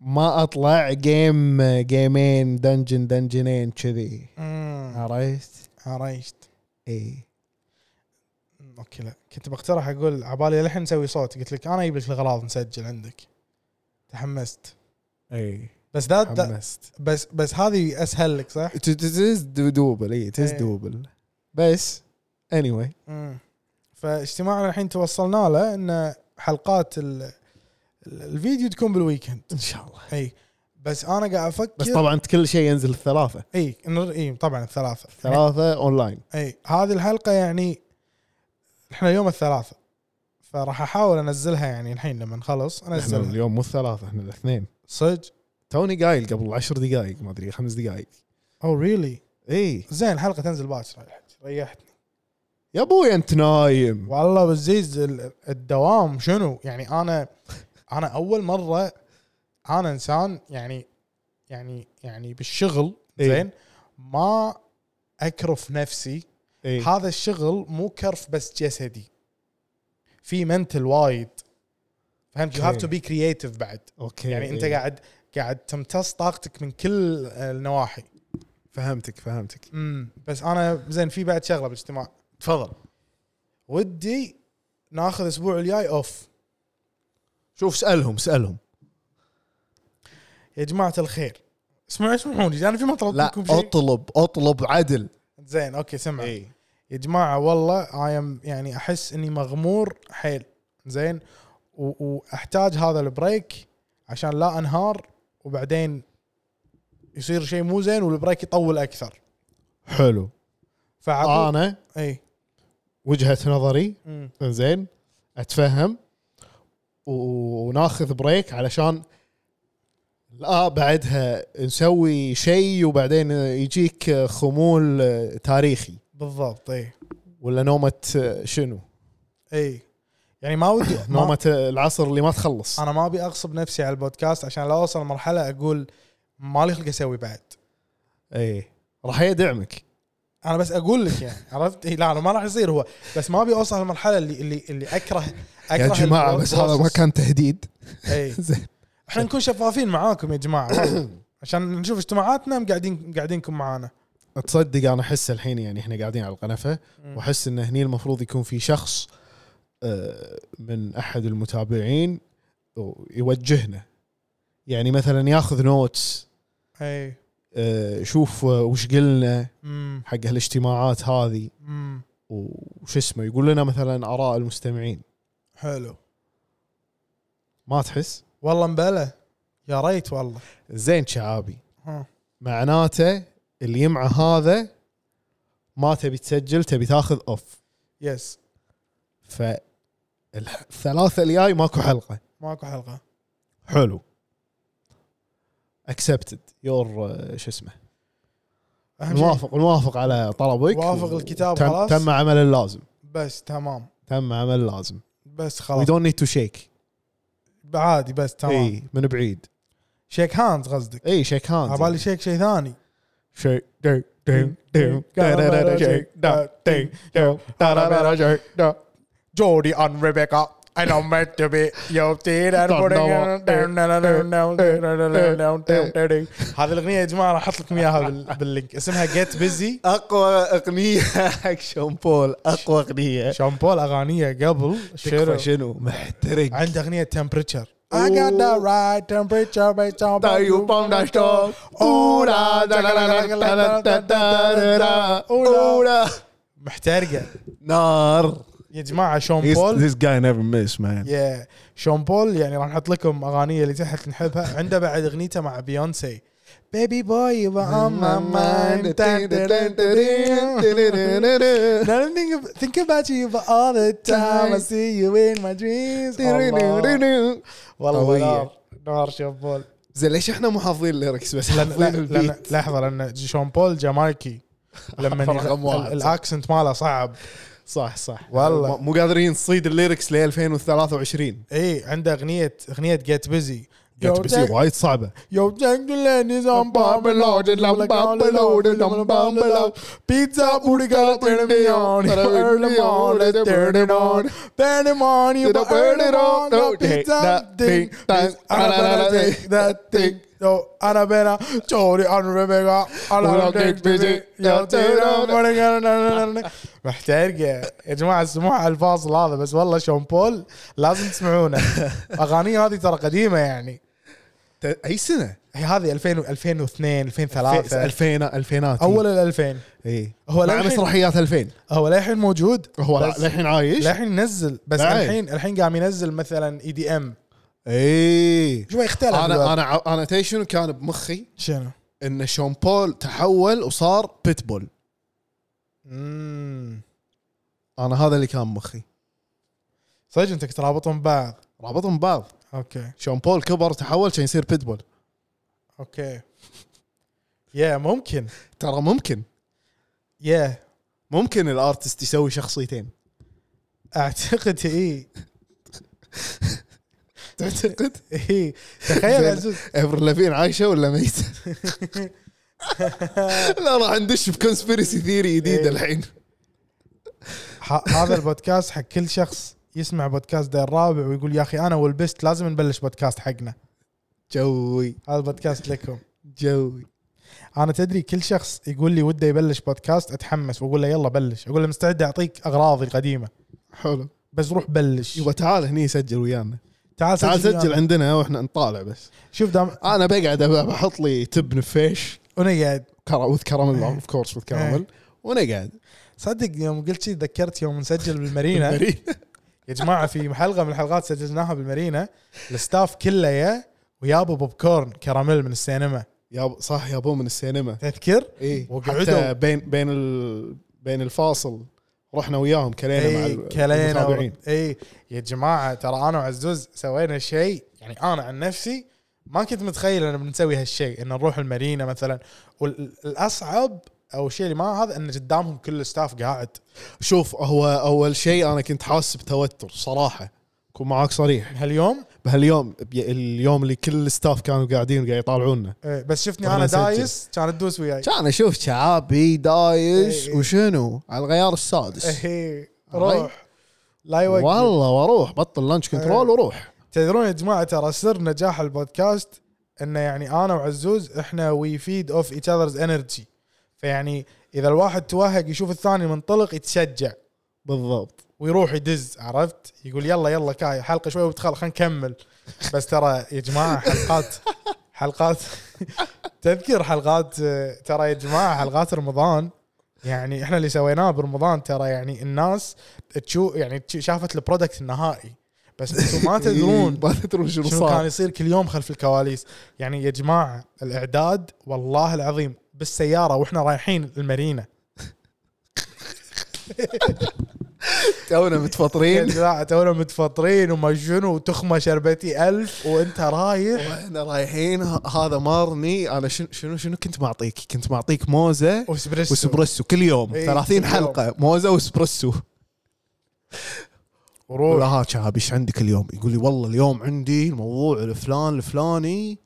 C: ما آه، اطلع جيم جيمين دنجن دنجنين كذي آه.
B: امم
C: عرفت؟
B: عرفت
C: اي
B: أمم، اوكي لا كنت بقترح اقول عبالي للحين نسوي صوت قلت لك انا اجيب لك الاغراض نسجل عندك تحمست
C: اي
B: بس ذات ذات-
C: حمست
B: بس بس هذه اسهل لك صح؟
C: ت- ت- تز دوبل اي تز
B: إيه.
C: دوبل بس anyway
B: امم فاجتماعنا الحين توصلنا له ان حلقات ال... ال- الفيديو تكون بالويكند
C: ان شاء الله
B: اي بس انا قاعد افكر
C: بس طبعا كل شيء ينزل الثلاثه
B: اي نر- اي طبعا الثلاثه
C: ثلاثه اونلاين
B: اي هذه الحلقه يعني احنا يوم الثلاثة فراح احاول انزلها يعني الحين لما نخلص
C: احنا
B: انزلها
C: اليوم مو الثلاثه احنا الاثنين
B: صدق
C: توني قايل قبل عشر دقائق ما ادري خمس دقائق
B: او ريلي
C: اي
B: زين الحلقه تنزل باكر ريحت- ريحتني
C: يا ابوي انت نايم
B: والله بالزيز ال- الدوام شنو يعني انا انا اول مره انا انسان يعني يعني يعني بالشغل
C: إي.
B: زين ما اكرف نفسي
C: اي
B: هذا الشغل مو كرف بس جسدي في منتل وايد فهمت يو هاف تو بي كرييتيف بعد
C: اوكي
B: يعني انت
C: إي.
B: قاعد قاعد تمتص طاقتك من كل النواحي
C: فهمتك فهمتك
B: امم بس انا زين في بعد شغله بالاجتماع
C: تفضل
B: ودي ناخذ اسبوع الجاي اوف
C: شوف اسالهم اسالهم
B: يا جماعه الخير اسمعوا اسمعوني انا في ما
C: لا
B: طلبت منكم شيء
C: اطلب اطلب عدل
B: زين اوكي سمع
C: اي
B: يا جماعه والله اي ام يعني احس اني مغمور حيل زين و- واحتاج هذا البريك عشان لا انهار وبعدين يصير شيء مو زين والبريك يطول اكثر
C: حلو
B: فعطوا
C: انا
B: اي
C: وجهه نظري
B: مم.
C: زين اتفهم و- وناخذ بريك علشان لا بعدها نسوي شيء وبعدين يجيك خمول تاريخي
B: بالضبط اي
C: ولا نومة شنو؟
B: اي يعني ما ودي ما
C: نومة العصر اللي ما تخلص
B: انا ما ابي اغصب نفسي على البودكاست عشان لا اوصل مرحله اقول ما لي خلق اسوي بعد
C: اي إيه. راح يدعمك
B: انا بس اقول لك يعني عرفت إيه لا انا ما راح يصير هو بس ما ابي اوصل للمرحله اللي اللي اللي اكره اكره
C: يا جماعة بس هذا ما
B: البروسس.
C: كان تهديد
B: اي
C: زين
B: احنا نكون شفافين معاكم يا جماعه عشان نشوف اجتماعاتنا قاعدين قاعدينكم معانا
C: تصدق انا احس الحين يعني احنا قاعدين على القنفة
B: مم.
C: واحس ان هني المفروض يكون في شخص آه، من احد المتابعين يوجهنا يعني مثلا ياخذ نوتس
B: اي
C: آه، شوف آه، وش قلنا
B: امم
C: حق هالاجتماعات هذه
B: امم
C: وش اسمه يقول لنا مثلا اراء المستمعين
B: حلو
C: ما تحس
B: والله مبلى يا ريت والله
C: زين شعابي
B: ها
C: معناته اللي يمع هذا ما تبي تسجل تبي تاخذ اوف
B: يس
C: فالثلاثة الجاي ماكو حلقة
B: ماكو حلقه
C: حلو اكسبتد يور uh, شو اسمه
B: اهم شيء
C: نوافق نوافق على طلبك
B: وافق الكتاب
C: تم-
B: خلاص.
C: تم عمل اللازم
B: بس تمام
C: تم عمل اللازم
B: بس
C: وي
B: خلاص
C: دونت نيد تو شيك
B: عادي بس تمام
C: اي من بعيد
B: شيك هاندز قصدك
C: اي شيك هاند
B: عبالي شيك شيء ثاني
C: شيك ديك ديك ديك تارارا شيك دا ديك ديك تارارا شيك دا.
B: جودي ان ريبيكا I don't meant to be your teen and
C: Don't
B: putting
C: know.
B: it down, down, down, down, down, down, down, down, down, down. هذه الاغنيه يا جماعه راح احط لكم اياها بال- باللينك اسمها جيت بيزي
C: اقوى اغنيه حق شون بول اقوى اغنيه
B: شون بول اغانيه قبل شنو
C: شنو شنو محترق
B: عنده اغنيه تمبريتشر I got the right temperature based on
C: دا يو بام دا شتو.
B: Oh,
C: أورا دا لا لا لا لا لا دا دا دا دا. أورا.
B: محترقه
C: نار
B: يا جماعه شون
C: He's-
B: بول
C: This guy never miss man
B: يا شون بول يعني راح نحط لكم اغانيه اللي تحت نحبها عنده بعد اغنيته مع بيونسي بيبي بوي Think about you but all the time I see you in my dreams Oh, الله. والله
C: قوية.
B: نار نار شون بول
C: زين ليش احنا مو حافظين الليركس بس
B: لأن-
C: حافظين
B: لأن- لأن-
C: البيت؟
B: لحظه لان شون بول جامايكي لما
C: رقم واحد.
B: الاكسنت ماله صعب
C: صح صح
B: والله.
C: مو قادرين نصيد الليركس ل 2023
B: اي إيه، عنده اغنيه اغنيه جيت بيزي
C: يعني بس وايد صعبه
B: Yo, Jack the Land is on Babylon, I'm Babylon, I'm Babylon. Pizza, burger, turn me on. Turn it on, let's turn it on. Turn it on, you turn it on. No pizza, ding, ding. Anabella, take that thing. Yo, Anabella, Jody, Anabella, Anabella, take busy. Yo, turn it on, turn it on, turn it on. محترقة يا جماعة اسمعوا على الفاصل هذا بس والله شون بول لازم تسمعونه أغانيه هذه ترى قديمة يعني
C: ت- اي سنه؟
B: هي هذه 2000 و- 2002
C: في
B: 2003
C: 2000 2000
B: اول ال 2000
C: اي
B: هو
C: آه، هو مع
B: للحين-
C: مسرحيات 2000
B: هو للحين موجود
C: هو
B: بس-
C: للحين عايش
B: للحين ينزل بس
C: بعد.
B: الحين الحين قام ينزل E مثلا اي دي ام
C: اي
B: شوي اختلف
C: انا
B: الوضع.
C: انا ع- انا تدري شنو كان بمخي
B: شنو؟
C: ان شون بول تحول وصار بيتبول
B: امم
C: انا هذا اللي كان بمخي
B: صدق انت كنت رابطهم ببعض
C: رابطهم ببعض
B: اوكي
C: شون بول كبر تحول كان يصير بيتبول
B: اوكي يا ممكن
C: ترى ممكن
B: يا
C: ممكن الارتست يسوي شخصيتين
B: اعتقد اي
C: تعتقد
B: اي تخيل
C: زين.
B: عزوز
C: ابر لافين عايشه ولا ميته؟ لا راح ندش بكونسبيرسي ثيري
B: إيه.
C: جديده الحين
B: ه- هذا البودكاست حق كل شخص يسمع بودكاست دير الرابع ويقول يا اخي انا والبست لازم نبلش بودكاست حقنا
C: جوي
B: هذا البودكاست لكم
C: جوي
B: انا تدري كل شخص يقول لي وده يبلش بودكاست اتحمس واقول له يلا بلش اقول له مستعد اعطيك اغراضي القديمه
C: حلو
B: بس روح بلش
C: يبا تعال هني سجل ويانا
B: أيوة. تعال
C: تعال
B: سجل
C: سجل
B: ويانا.
C: عندنا واحنا نطالع بس
B: شوف دام
C: انا بقعد أب- بحط لي تب نفيش
B: انا قاعد
C: كرا وذ كراميل اوف كورس وذ كراميل وانا قاعد
B: صدق يوم قلت شي تذكرت يوم نسجل
C: إيه.
B: بالمارينا يا جماعه في حلقه من الحلقات سجلناها بالمارينا الستاف كله يا ويابوا بوب كورن كراميل من السينما
C: يا صح يا بو من السينما
B: تذكر؟
C: اي
B: وقعدوا.
C: حتى بين بين ال بين الفاصل رحنا وياهم إيه، كلينا مع
B: اي
C: ال-
B: إيه، كلينا
C: المتابعين
B: اي يا جماعه ترى انا وعزوز سوينا شيء يعني انا عن نفسي ما كنت متخيل ان بنسوي هالشيء ان نروح المارينا مثلا والاصعب او الشيء اللي ما هذا ان قدامهم كل الستاف قاعد
C: شوف هو اول شيء انا كنت حاسس بتوتر صراحه كون معاك صريح
B: هاليوم
C: بهاليوم بي- اليوم اللي كل الستاف كانوا قاعدين وقاعد يطالعونا
B: إيه، بس شفني
C: وأنا
B: انا
C: أسجل.
B: دايس كانت تدوس وياي
C: كان اشوف شعابي دايش
B: إيه.
C: وشنو على الغيار السادس
B: إيه، روح لا يوقف
C: والله واروح بطل لانش كنترول
B: إيه.
C: وروح
B: تدرون يا جماعه ترى سر نجاح البودكاست انه يعني انا وعزوز احنا وي فيد اوف ايتش اذرز انرجي فيعني اذا الواحد توهق يشوف الثاني منطلق يتشجع
C: بالضبط
B: ويروح يدز عرفت يقول يلا يلا كاي حلقه شوي وبتخل خلينا نكمل بس ترى يا جماعه حلقات حلقات تذكر حلقات آه، ترى يا جماعه حلقات رمضان يعني احنا اللي سويناه برمضان ترى يعني الناس تشو يعني تش- شافت البرودكت النهائي بس انتم ما تدرون
C: إيه، ما تدرون شنو
B: شنو كان
C: صار
B: يصير كل يوم خلف الكواليس يعني يا جماعه الاعداد والله العظيم بالسياره واحنا رايحين المارينا
C: تونا
B: يا
C: متفطرين
B: جماعه تونا متفطرين وما شنو وتخمه شربتي ألف وانت رايح
C: واحنا رايحين ه- هذا مارني انا شنو شنو شنو كنت معطيك؟ كنت معطيك موزه
B: واسبريسو
C: واسبرسو كل يوم
B: إيه،
C: 30
B: كل
C: حلقه موزه واسبرسو ولا
B: وروح
C: ها شباب ايش عندك اليوم؟ يقول لي والله اليوم عندي الموضوع الفلان الفلاني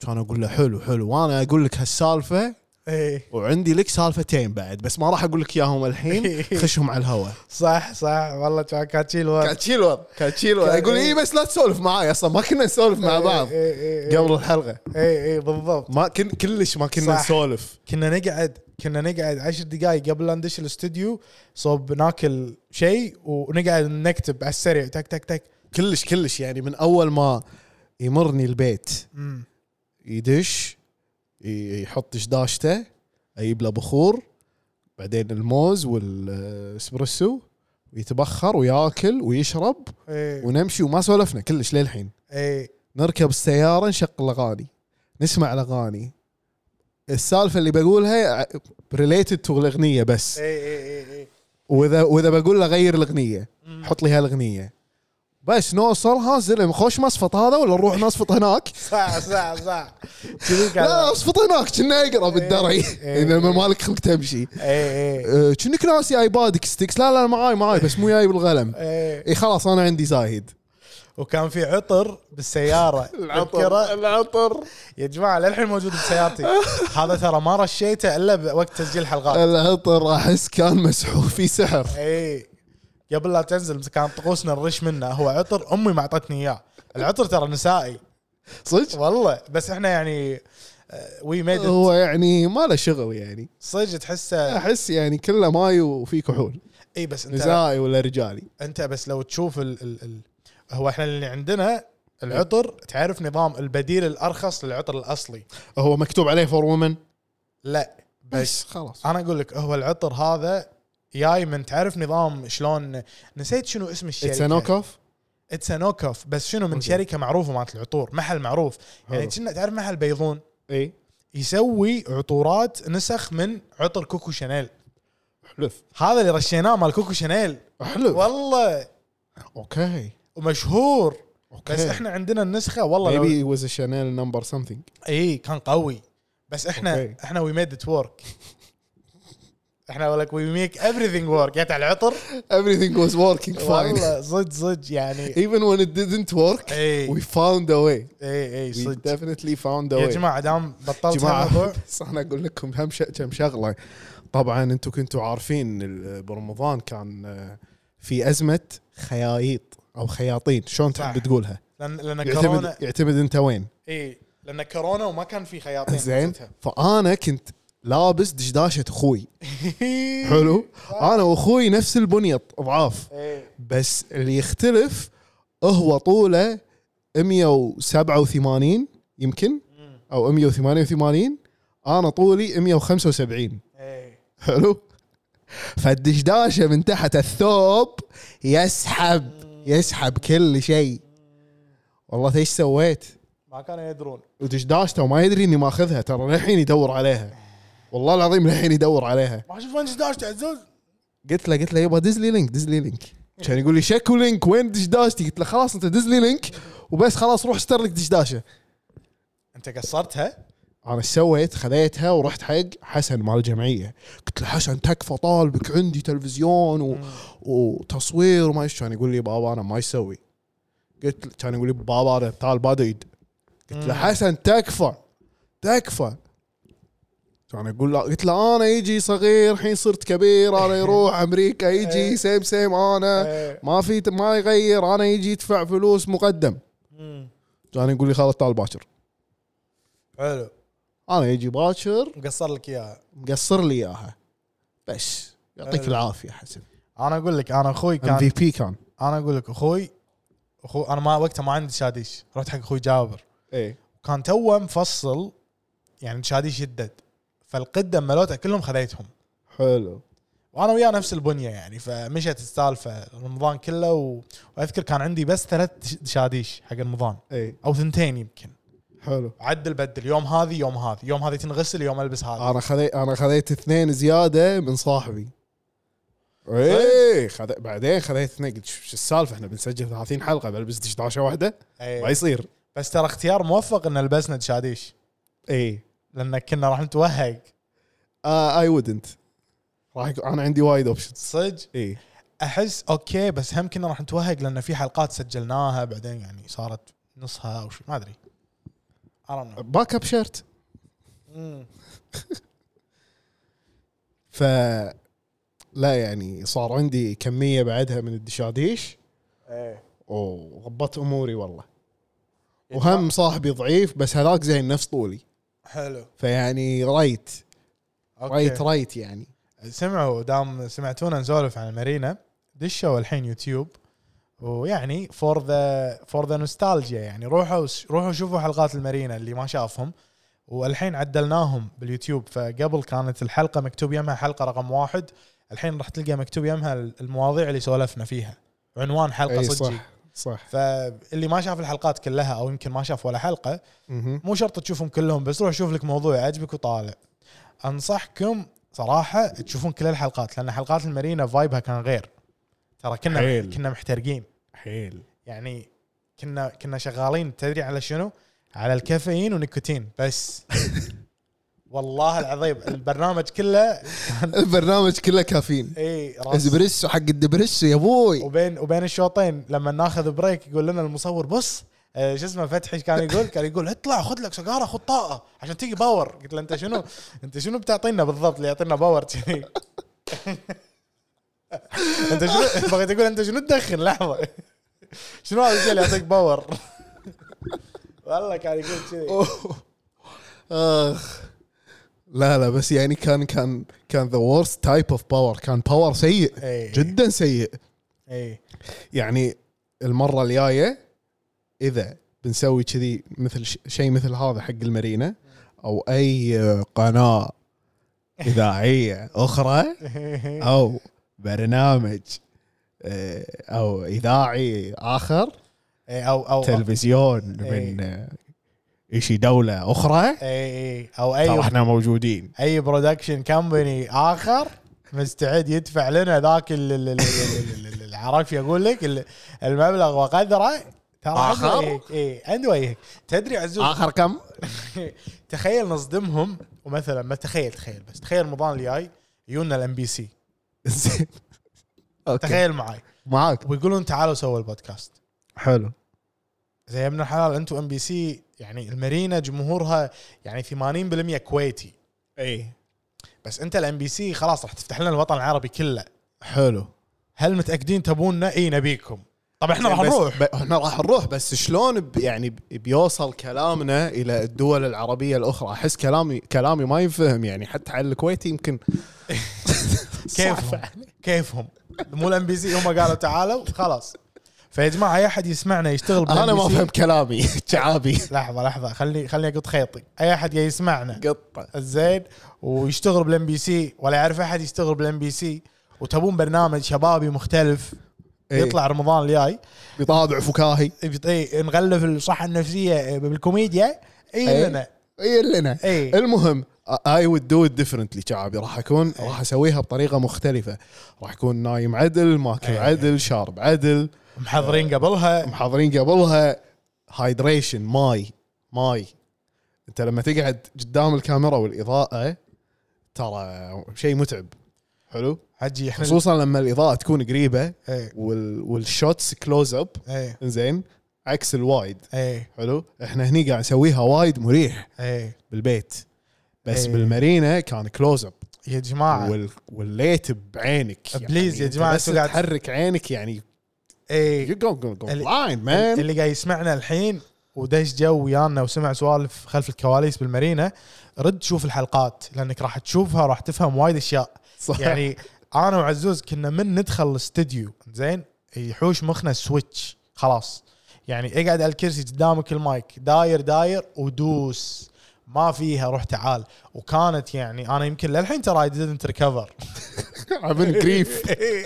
C: كان اقول له حلو حلو وانا اقول لك هالسالفه
B: ايه
C: وعندي لك سالفتين بعد بس ما راح اقول لك اياهم الحين خشهم على الهواء
B: صح صح والله كان كان شي الوضع.
C: كانت تشيل وضع كانت تشيل وضع
B: كان-
C: يقول لي إيه بس لا تسولف معاي اصلا ما كنا نسولف مع بعض
B: ايه ايه إيه،
C: قبل الحلقه
B: ايه ايه بالضبط
C: ما كن كلش ما كنا
B: صح.
C: نسولف
B: كنا نقعد كنا نقعد عشر دقائق قبل لا ندش الاستوديو صوب ناكل شيء ونقعد نكتب على السريع تك تك تك
C: كلش كلش يعني من اول ما يمرني البيت
B: أمم.
C: يدش ي- يحط شداشته اجيب له بخور بعدين الموز والاسبرسو ويتبخر وياكل ويشرب
B: ايه
C: ونمشي وما سولفنا كلش للحين
B: ايه
C: نركب السياره نشغل الاغاني نسمع الاغاني السالفه اللي بقولها ريليتد تو الاغنيه بس
B: ايه ايه ايه
C: واذا واذا بقول له غير الاغنيه حط لي هالاغنيه بس نوصلها زلم خوش ما اصفط هذا ولا نروح نصفط هناك
B: صح صح صح كذي
C: لا
B: كان
C: لا اصفط هناك كنا اقرب الدرعي
B: إيه.
C: اذا ما مالك خلق تمشي
B: ايه ايه
C: أه، كأنك ناسي ايبادك ستيكس لا لا معاي معاي بس مو جاي بالقلم
B: ايه
C: اي خلاص انا عندي زايد
B: وكان في عطر بالسياره تذكره؟
C: العطر
B: يا جماعه للحين موجود بسيارتي هذا ترى ما رشيته الا بوقت تسجيل الحلقات
C: العطر احس كان مسحوق في سحر
B: اي إيه. قبل لا تنزل كان طقوسنا نرش منه هو عطر امي ما اعطتني اياه العطر ترى نسائي
C: صدق
B: والله بس احنا يعني وي ميد
C: هو يعني ما له شغل يعني
B: صدق تحسه
C: احس يعني كله ماي وفي كحول
B: اي بس انت
C: نزائي ولا رجالي
B: انت بس لو تشوف ال ال ال هو احنا اللي عندنا العطر تعرف نظام البديل الارخص للعطر الاصلي
C: هو مكتوب عليه فور وومن
B: لا بس
C: بس خلاص
B: انا اقول لك هو العطر هذا جاي من تعرف نظام شلون نسيت شنو اسم
C: اتس
B: الشركه
C: نوك اوف
B: اتس نوك اوف بس شنو من
C: أوكي.
B: شركه معروفه مالت العطور محل معروف يعني
C: حلو.
B: كنا تعرف محل بيضون
C: اي
B: يسوي عطورات نسخ من عطر كوكو شانيل
C: احلف
B: هذا اللي رشيناه مال كوكو شانيل
C: احلف
B: والله
C: اوكي
B: ومشهور
C: اوكي
B: بس احنا عندنا النسخه والله لو-
C: ميبي واز شانيل نمبر سمثينج
B: اي إيه، كان قوي بس احنا
C: أوكي.
B: احنا وي ميد ات ورك احنا اقول لك وي ميك everything ورك جت على العطر
C: everything was working fine
B: والله صدق صدق يعني إيه،
C: even when it didn't work
B: اي
C: we found a way
B: اي اي
C: we
B: صدق
C: definitely found a
B: إيه، يا
C: way
B: جماعه دام بطلت الموضوع
C: جماعة بس انا اقول لكم هم ش- كم شغله طبعا انتم كنتوا عارفين ال- برمضان كان آه، في ازمه خيايط او خياطين شلون تحب
B: صح.
C: تقولها
B: لان لان كورونا إيه،
C: يعتمد يعتمد انت وين
B: اي لان كورونا وما كان في خياطين
C: زين
B: وقتها.
C: فانا كنت لابس دشداشه اخوي حلو انا واخوي نفس البنيط اضعاف
B: إيه.
C: بس اللي يختلف هو طوله 187 يمكن او 188 انا طولي 175
B: إيه.
C: حلو فالدشداشه من تحت الثوب يسحب يسحب كل شيء والله ايش سويت
B: ما كانوا يدرون
C: ودشداشته وما يدري اني ماخذها ترى للحين يدور عليها والله العظيم للحين يدور عليها
B: ما شوف وين داش عزوز
C: قلت له قلت له يبا دز لي لينك دز لي لينك كان يقول لي شكو لينك وين دشداشتي قلت له خلاص انت دز لي لينك وبس خلاص روح اشتر لك دشداشه
B: انت قصرتها
C: انا ايش سويت خذيتها ورحت حق حسن مال الجمعيه قلت له حسن تكفى طالبك عندي تلفزيون و... وتصوير وما ايش كان يقول لي بابا انا ما يسوي قلت له- كان يقول لي بابا انا طالب هذا يد قلت له حسن تكفى تكفى كان اقول له قلت له انا يجي صغير الحين صرت كبير انا يروح امريكا يجي سيم سيم انا
B: إيه.
C: ما في ما يغير انا يجي يدفع فلوس مقدم
B: مم.
C: كان يقول لي خلاص طالب باكر
B: حلو
C: انا يجي باكر
B: مقصر لك اياها
C: مقصر لي اياها بس يعطيك العافيه حسن
B: انا اقول لك انا اخوي
C: ام في
B: كان
C: بي كان
B: انا اقول لك اخوي اخو انا ما وقتها ما عندي شاديش رحت حق اخوي جابر
C: ايه
B: كان توه مفصل يعني شاديش يدد فالقده ملوته كلهم خذيتهم
C: حلو
B: وانا وياه نفس البنيه يعني فمشت السالفه رمضان كله و... واذكر كان عندي بس ثلاث شاديش حق رمضان
C: ايه
B: او ثنتين يمكن
C: حلو
B: عدل بدل يوم هذه يوم هذه يوم هذه تنغسل يوم البس هذا
C: انا خذيت انا خذيت اثنين زياده من صاحبي ايه خذ... بعدين خذيت اثنين قلت شو شو السالفه احنا بنسجل 30 حلقه بلبس دشداشه واحده ما
B: أي.
C: يصير
B: إيه. بس ترى اختيار موفق ان لبسنا شاديش
C: ايه
B: لان كنا راح نتوهق
C: اي ودنت آه، راح يكون- انا عندي وايد اوبشنز
B: صدق
C: ايه
B: احس اوكي بس هم كنا راح نتوهق لان في حلقات سجلناها بعدين يعني صارت نصها او شيء ما ادري I don't know.
C: باك اب شيرت
B: مم.
C: ف لا يعني صار عندي كميه بعدها من الدشاديش إيه.
B: ايه
C: وضبطت اموري والله وهم صاحبي ضعيف بس هذاك زين نفس طولي
B: حلو
C: فيعني رايت رايت
B: اوكي
C: رايت يعني
B: سمعوا دام سمعتونا نسولف عن المارينا دشوا الحين يوتيوب ويعني فور ذا فور ذا نوستالجيا يعني روحوا روحوا شوفوا حلقات المارينا اللي ما شافهم والحين عدلناهم باليوتيوب فقبل كانت الحلقه مكتوب يمها حلقه رقم واحد الحين راح تلقى مكتوب يمها المواضيع اللي سولفنا فيها عنوان حلقه
C: اي
B: صدقي
C: صح صح
B: فاللي ما شاف الحلقات كلها او يمكن ما شاف ولا حلقه مو شرط تشوفهم كلهم بس روح شوف لك موضوع يعجبك وطالع انصحكم صراحه تشوفون كل الحلقات لان حلقات المارينا فايبها كان غير ترى كنا
C: حيل.
B: كنا محترقين
C: حيل
B: يعني كنا كنا شغالين تدري على شنو؟ على الكافيين ونيكوتين بس والله العظيم البرنامج كله إيه،
C: البرنامج كله كافيين
B: اي راس
C: اسبريسو حق الدبريسو يا ابوي
B: وبين وبين الشوطين لما ناخذ بريك يقول لنا المصور بص آه، شو اسمه فتحي إيش كان يقول كان يقول اطلع خذ لك سيجاره خذ طاقه عشان تيجي باور قلت له انت شنو انت شنو بتعطينا بالضبط اللي يعطينا باور جذي؟ انت شنو بغيت اقول انت شنو تدخن لحظه شنو هذا الشيء اللي يعطيك باور والله كان يقول كذي
C: اخ لا لا بس يعني كان كان كان ذا worst تايب اوف باور كان باور سيء
B: إيه.
C: جدا سيء
B: اي
C: يعني المره الجايه اذا بنسوي كذي مثل ش- شيء مثل هذا حق المارينا او اي قناه اذاعيه اخرى
B: إيه.
C: او برنامج آه، او اذاعي اخر
B: إي، او او
C: تلفزيون
B: إيه.
C: من آه، شي دوله اخرى
B: اي اي او اي
C: ترى احنا موجودين
B: اي برودكشن كمباني اخر مستعد يدفع لنا ذاك ال- ال- ال- ال- ال- ال- عرفت شو اقول لك ال- المبلغ وقدره ترى عند
C: آخر؟
B: وجهك اي عند وجهك تدري عزوز
C: اخر كم؟
B: تخيل نصدمهم ومثلا ما تخيل تخيل بس تخيل رمضان الجاي يجونا الام بي سي
C: زين اوكي
B: تخيل معي
C: معاك
B: ويقولون تعالوا سووا البودكاست
C: حلو
B: زي يا ابن الحلال انتم ام بي سي يعني المارينا جمهورها يعني 80% كويتي
C: اي
B: بس انت الام بي سي خلاص راح تفتح لنا الوطن العربي كله
C: حلو
B: هل متاكدين تبوننا؟ اي نبيكم طبعا احنا راح
C: إيه، بس-
B: نروح
C: ب- احنا راح نروح بس شلون ب يعني ب- بيوصل كلامنا الى الدول العربيه الاخرى احس كلامي كلامي ما ينفهم يعني حتى على الكويتي يمكن
B: كيفهم كيفهم مو الام بي سي هم قالوا تعالوا خلاص فيا جماعه اي احد يسمعنا يشتغل بال
C: انا ما
B: NBC
C: فهم كلامي شعابي
B: لحظه لحظه خلي خلي اقط خيطي اي احد جاي يسمعنا
C: قطه
B: زين ويشتغل بالام بي سي ولا يعرف احد يشتغل بالام بي سي وتبون برنامج شبابي مختلف
C: إيه.
B: يطلع رمضان الجاي
C: بطابع فكاهي
B: يبت- إيه، نغلف الصحه النفسيه بالكوميديا اي
C: إيه.
B: لنا
C: اي لنا
B: إيه.
C: المهم اي وود دو ديفرنتلي شعبي راح اكون
B: إيه.
C: راح اسويها بطريقه مختلفه راح اكون نايم عدل ماكل
B: إيه.
C: عدل شارب عدل
B: محضرين قبلها
C: محاضرين قبلها هايدريشن ماي ماي انت لما تقعد قدام الكاميرا والاضاءه ترى شيء متعب حلو
B: حجي احنا
C: خصوصا لما الاضاءه تكون قريبه
B: ايه
C: وال والشوتس كلوز اب
B: ايه
C: زين عكس الوايد
B: ايه
C: حلو احنا هني قاعد نسويها وايد مريح
B: ايه
C: بالبيت بس
B: إيه.
C: بالمارينا كان كلوز اب
B: يا جماعه
C: وال... والليت بعينك يعني
B: بليز يا
C: أنت
B: جماعة،
C: بس
B: أنتوا قاعد-
C: تحرك عينك يعني
B: ايه
C: يو جو جو
B: ال-
C: بلايند مان
B: اللي قاعد يسمعنا الحين ودش جو ويانا وسمع سوالف خلف الكواليس بالمارينا رد شوف الحلقات لانك راح تشوفها وراح تفهم وايد اشياء
C: صح
B: يعني انا وعزوز كنا من ندخل الاستديو زين يحوش مخنا سويتش خلاص يعني اقعد على الكرسي قدامك المايك داير داير ودوس ما فيها روح تعال وكانت يعني انا يمكن للحين ترى اي didn't ريكفر
C: عبن جريف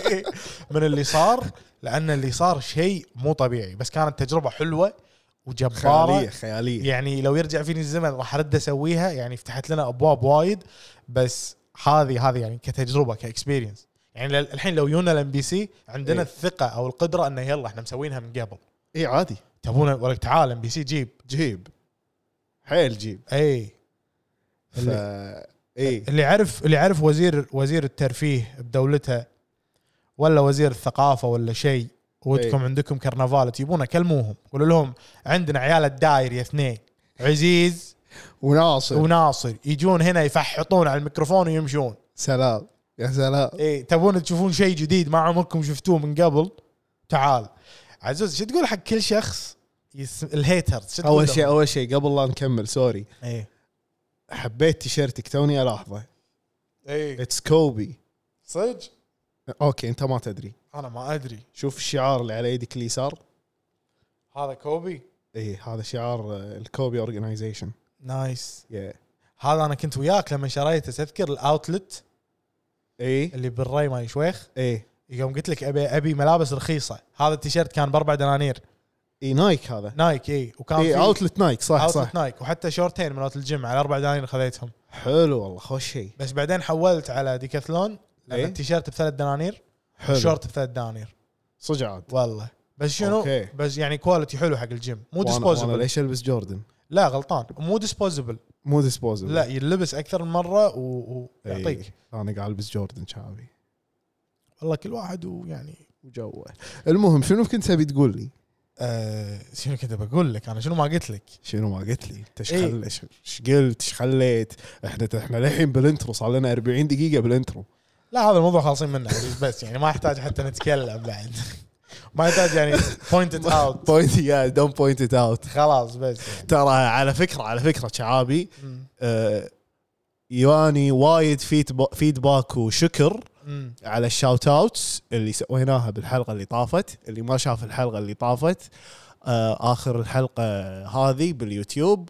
B: من اللي صار لان اللي صار شيء مو طبيعي بس كانت تجربه حلوه
C: خياليه
B: وجباره
C: خياليه
B: يعني لو يرجع فيني الزمن راح ارد اسويها يعني فتحت لنا ابواب وايد بس هذه هذه يعني كتجربه كاكسبيرينس يعني لل- الحين لو يونا الام بي سي عندنا
C: إيه.
B: الثقه او القدره انه يلا احنا مسوينها من قبل
C: اي إيه، عادي
B: تبون ولا تعال ام بي سي جيب إيه.
C: جيب حيل جيب
B: اي
C: ف إيه. اي
B: اللي عرف اللي عرف وزير وزير الترفيه بدولتها ولا وزير الثقافه ولا شيء ودكم
C: إيه.
B: عندكم كرنفال تجيبونه كلموهم قولوا لهم عندنا عيال الداير يا اثنين عزيز
C: وناصر
B: وناصر يجون هنا يفحطون على الميكروفون ويمشون
C: سلام يا سلام
B: إيه تبون تشوفون شيء جديد ما عمركم شفتوه من قبل تعال عزوز شو تقول حق كل شخص يس... الهيترز شو تقول
C: اول شيء
B: لهم؟
C: اول شيء قبل لا نكمل سوري
B: ايه
C: حبيت تيشيرتك توني الاحظه
B: ايه
C: اتس كوبي
B: صدق
C: اوكي انت ما تدري
B: انا ما ادري
C: شوف الشعار اللي على يدك اليسار
B: هذا كوبي
C: اي هذا شعار آه، الكوبي اورجنايزيشن
B: نايس
C: yeah.
B: هذا انا كنت وياك لما شريته تذكر الاوتلت
C: اي
B: اللي بالري مال شويخ
C: اي
B: يوم قلت لك ابي ابي ملابس رخيصه هذا التيشيرت كان باربع دنانير
C: اي نايك إيه، هذا
B: نايك اي وكان
C: اي اوتلت نايك صح
B: اوتلت
C: إيه، صح
B: نايك وحتى شورتين من اوتلت الجيم على اربع دنانير خذيتهم
C: حلو والله خوش شيء
B: بس بعدين حولت على ديكاثلون لان
C: إيه.
B: التيشيرت بثلاث دنانير
C: حلو
B: الشورت بثلاث دنانير
C: صدق عاد
B: والله بس شنو
C: أوكي.
B: بس يعني كواليتي حلو حق الجيم مو
C: وأنا- وأنا
B: ديسبوزبل
C: ليش البس جوردن
B: لا غلطان مو ديسبوزبل
C: مو ديسبوزبل
B: لا يلبس اكثر من مره و-
C: إيه.
B: ويعطيك
C: يعطيك انا قاعد البس جوردن شعبي
B: والله كل واحد يعني ويعني
C: وجوه المهم شنو كنت تبي تقول لي؟
B: آه شنو كنت بقول لك انا شنو ما قلت لك
C: شنو ما قلت لي؟ انت ايش
B: إيه.
C: خل- إيش- إيش قلت؟ ايش خليت؟ احنا احنا للحين بالانترو صار لنا 40 دقيقه بالانترو
B: لا هذا الموضوع خالصين منه بس يعني ما يحتاج حتى نتكلم بعد ما يحتاج يعني بوينت اوت
C: بوينت يا دونت بوينت ات اوت
B: خلاص بس يعني.
C: ترى على فكره على فكره شعابي
B: مم.
C: آه، يواني وايد فيدب- فيدباك وشكر
B: مم.
C: على الشاوت اوتس اللي سويناها بالحلقه اللي طافت اللي ما شاف الحلقه اللي طافت آه، اخر الحلقه هذه باليوتيوب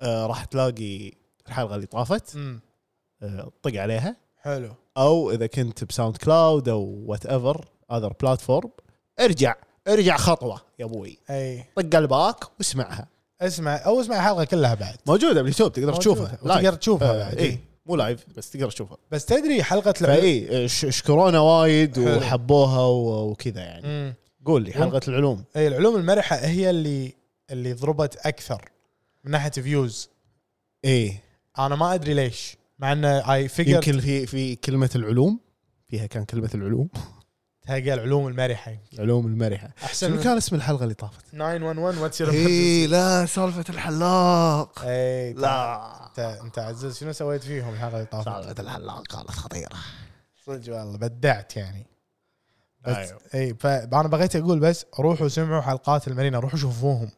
C: آه، راح تلاقي الحلقه اللي طافت
B: مم.
C: آه، طق عليها
B: حلو
C: او اذا كنت بساوند كلاود او وات ايفر اذر بلاتفورم ارجع ارجع خطوه يا ابوي
B: اي
C: طق على باك واسمعها
B: اسمع او اسمع الحلقه كلها بعد
C: موجوده باليوتيوب تقدر تشوفها
B: موجودة. وتقدر
C: Live.
B: تشوفها
C: آه،
B: بعد.
C: اي مو لايف بس تقدر تشوفها
B: بس تدري حلقه العلوم
C: فاي ش- شكرونا وايد
B: حلو.
C: وحبوها و- وكذا يعني
B: مم.
C: قول لي حلقه العلوم
B: اي العلوم المرحه هي اللي اللي ضربت اكثر من ناحيه فيوز
C: اي
B: انا ما ادري ليش مع ان اي فيجر
C: إيه. يمكن في في كلمه العلوم فيها كان كلمه العلوم
B: تلقى العلوم المرحه
C: العلوم المرحه
B: احسن
C: شنو
B: من
C: كان اسم الحلقه اللي طافت
B: 911 واتس يور
C: إيه، لا سالفه الحلاق
B: اي
C: لا
B: انت انت طيب، عزيز شنو سويت فيهم الحلقه اللي طافت؟
C: سالفه الحلاق كانت خطيره
B: صدق والله بدعت يعني
C: أيوه.
B: بس اي فانا بغيت اقول بس روحوا سمعوا حلقات المارينا روحوا شوفوهم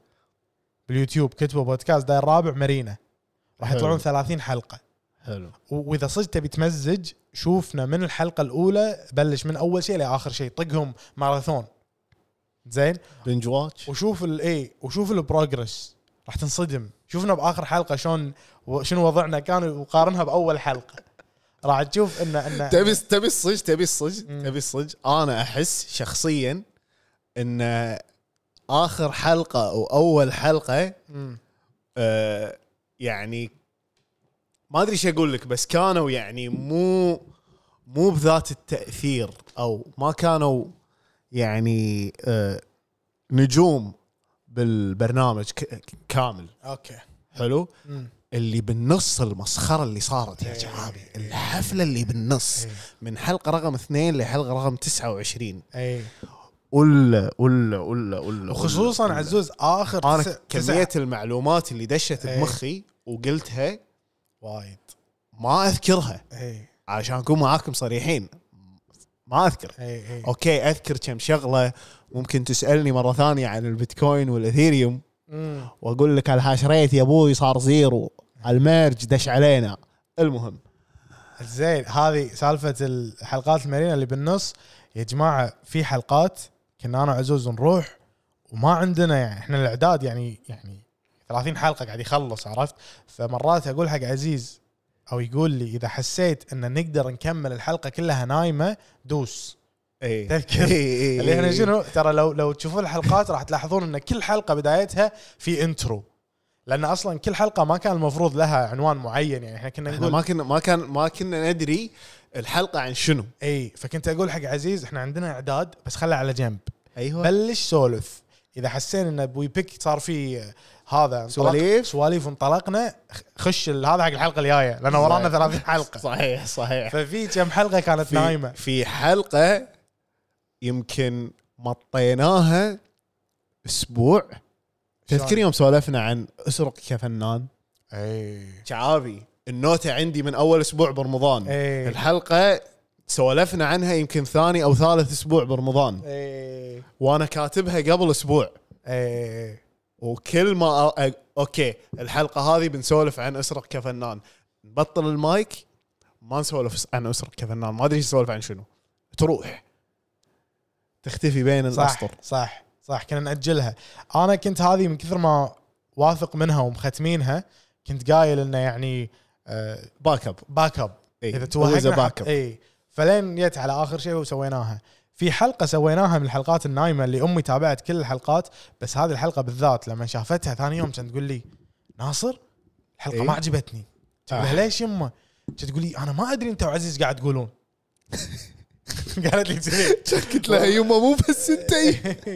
B: باليوتيوب كتبوا بودكاست داير الرابع مارينا راح
C: حلو.
B: يطلعون 30 حلقه
C: حلو
B: و- واذا صدق تبي تمزج شوفنا من الحلقه الاولى بلش من اول شيء لاخر شيء طقهم ماراثون زين
C: بنج واتش
B: وشوف الاي وشوف البروجرس راح تنصدم شوفنا باخر حلقه شلون و- شنو وضعنا كان وقارنها باول حلقه راح تشوف ان ان
C: تبي تبي الصج تبي الصج
B: مم.
C: تبي الصج انا احس شخصيا ان اخر حلقه او اول حلقه
B: مم.
C: آه، يعني ما ادري ايش اقول لك بس كانوا يعني مو مو بذات التاثير او ما كانوا يعني آه، نجوم بالبرنامج ك- كامل
B: اوكي
C: حلو
B: مم.
C: اللي بالنص المسخره اللي صارت
B: إيه.
C: يا شعابي الحفله اللي بالنص من حلقه رقم اثنين لحلقه رقم 29
B: اي
C: ولا ولا ولا ولا
B: وخصوصا
C: ولا.
B: عزوز اخر
C: انا
B: تسع- تسع-
C: كميه المعلومات اللي دشت
B: إيه.
C: بمخي وقلتها
B: وايد
C: ما اذكرها
B: اي
C: عشان اكون معاكم صريحين ما اذكر
B: اي اي
C: اوكي اذكر كم شغله ممكن تسالني مره ثانيه عن البيتكوين والاثيريوم
B: مم.
C: واقول لك الهاش ريت يا ابوي صار زيرو
B: إيه.
C: الميرج دش علينا المهم
B: زين هذه سالفه الحلقات المارينا اللي بالنص يا جماعه في حلقات كنا انا وعزوز نروح وما عندنا يعني احنا الاعداد يعني يعني 30 حلقه قاعد يخلص عرفت فمرات اقول حق عزيز او يقول لي اذا حسيت ان نقدر نكمل الحلقه كلها نايمه دوس
C: اي
B: تذكر؟
C: إيه،
B: اللي احنا شنو ترى لو لو تشوفون الحلقات راح تلاحظون ان كل حلقه بدايتها في انترو لان اصلا كل حلقه ما كان المفروض لها عنوان معين يعني احنا كنا
C: احنا
B: نقول
C: ما كنا ما كان ما كنا ندري الحلقه عن شنو
B: اي إيه، فكنت اقول حق عزيز احنا عندنا اعداد بس خله على جنب
C: ايوه
B: بلش سولف اذا حسينا ان بوي بيك صار في آه، هذا انطلق-
C: سواليف.
B: سواليف انطلقنا خ- خش ال- هذا حق الحلقه الجايه لان ورانا 30 حلقه
C: صحيح صحيح
B: ففي كم حلقه كانت
C: في,
B: نايمه
C: في حلقه يمكن مطيناها اسبوع تذكر
B: شلون؟
C: يوم سولفنا عن اسرق كفنان
B: اي
C: إيه. شعابي النوتة عندي من اول اسبوع برمضان
B: إيه.
C: الحلقه سولفنا عنها يمكن ثاني او ثالث اسبوع برمضان
B: اي
C: وانا كاتبها قبل اسبوع
B: اي
C: وكل ما أ... أ- اوكي الحلقه هذه بنسولف عن اسرق كفنان نبطل المايك ما نسولف عن اسرق كفنان ما ادري إيش نسولف عن شنو تروح تختفي بين
B: صح
C: الاسطر
B: صح صح كنا ناجلها انا كنت هذه من كثر ما واثق منها ومختمينها كنت قايل انه يعني آه،
C: باك اب
B: باك اب
C: إي.
B: اذا
C: always a
B: توهقنا
C: backup.
B: اي فلين جت على اخر شيء وسويناها في حلقه سويناها من الحلقات النايمه اللي امي تابعت كل الحلقات بس هذه الحلقه بالذات لما شافتها ثاني يوم كانت تقول لي ناصر الحلقه
C: إي.
B: ما عجبتني تقول لها
C: آه.
B: ليش يمه؟ كانت تقول لي انا ما ادري انت وعزيز قاعد تقولون قالت لي كذي
C: قلت لها يما مو بس يعني انت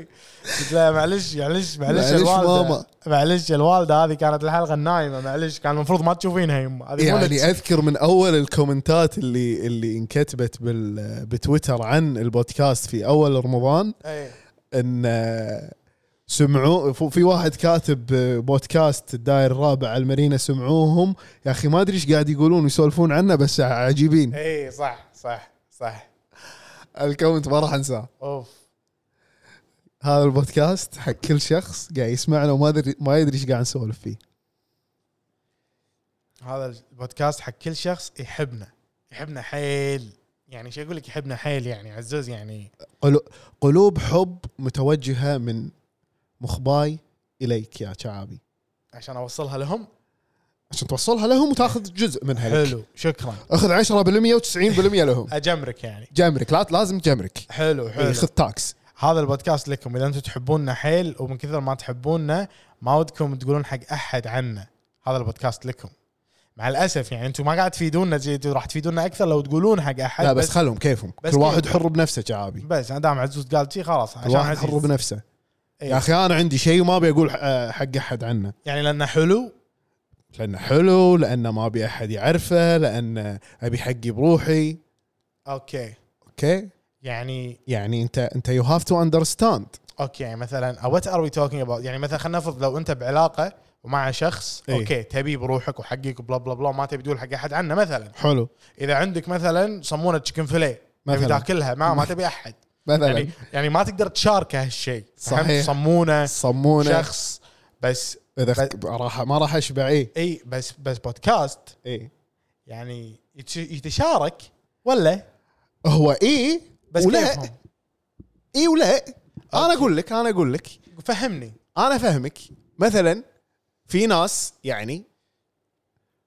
B: قلت لها معلش معلش معلش
C: معلش
B: الوالده
C: ماما.
B: معلش الوالده هذه كانت الحلقه النايمه معلش كان المفروض ما تشوفينها يمه هذه مو لك.
C: يعني اذكر من اول الكومنتات اللي اللي انكتبت بال بتويتر عن البودكاست في اول رمضان
B: إي.
C: ان آه، سمعوا ف- في واحد كاتب آه، بودكاست الداير الرابع على المارينا سمعوهم يا اخي ما ادري ايش قاعد يقولون ويسولفون عنه بس عجيبين
B: اي إيه، صح صح صح
C: الكومنت ما راح انساه
B: اوف
C: هذا البودكاست حق كل شخص قاعد يسمعنا وما ادري ما يدري ايش قاعد نسولف فيه
B: هذا البودكاست حق كل شخص يحبنا يحبنا حيل يعني شو اقول لك يحبنا حيل يعني عزوز يعني
C: قلو- قلوب حب متوجهه من مخباي اليك يا شعابي
B: عشان اوصلها لهم
C: عشان توصلها لهم وتاخذ جزء منها لك
B: حلو شكرا
C: اخذ 10% و90% لهم
B: اجمرك يعني
C: جمرك لا لازم جمرك
B: حلو
C: إيه،
B: حلو
C: خذ تاكس
B: هذا البودكاست لكم اذا انتم تحبوننا حيل ومن كثر ما تحبوننا ما ودكم تقولون حق احد عنا هذا البودكاست لكم مع الاسف يعني انتم ما قاعد تفيدونا زي انتم راح تفيدونا اكثر لو تقولون حق احد
C: لا بس خلهم كيفهم
B: بس
C: كل واحد
B: كيف.
C: حر بنفسه شعابي
B: بس انا دام عزوز قال شي خلاص
C: كل
B: عشان
C: واحد حر
B: عزيز
C: بنفسه
B: إيه.
C: يا اخي انا عندي شيء وما ابي اقول آه، حق احد عنه
B: يعني لانه حلو
C: لانه حلو لانه ما ابي احد يعرفه لانه ابي حقي بروحي
B: اوكي
C: اوكي
B: يعني
C: يعني انت انت يو هاف تو اندرستاند
B: اوكي يعني مثلا وات ار وي توكينج اباوت يعني مثلا خلينا نفرض لو انت بعلاقه ومع شخص
C: إيه.
B: اوكي تبي بروحك وحقك وبلا بلا بلا ما تبي تقول حق احد عنه مثلا
C: حلو
B: اذا عندك مثلا صمونه تشكن فيليه تبي
C: مثلاً.
B: تاكلها ما ما تبي احد
C: مثلا
B: يعني يعني ما تقدر تشاركه هالشيء
C: صحيح.
B: فهمت؟ صمونه
C: صمونه
B: شخص بس
C: اذا خ- راح ما راح إيه. اشبع اي
B: اي بس بس بودكاست
C: اي
B: يعني يتش- يتشارك ولا
C: هو اي
B: بس
C: ولا
B: كيفهم؟
C: اي ولا انا اقول لك انا اقول لك
B: فهمني
C: انا فهمك مثلا في ناس يعني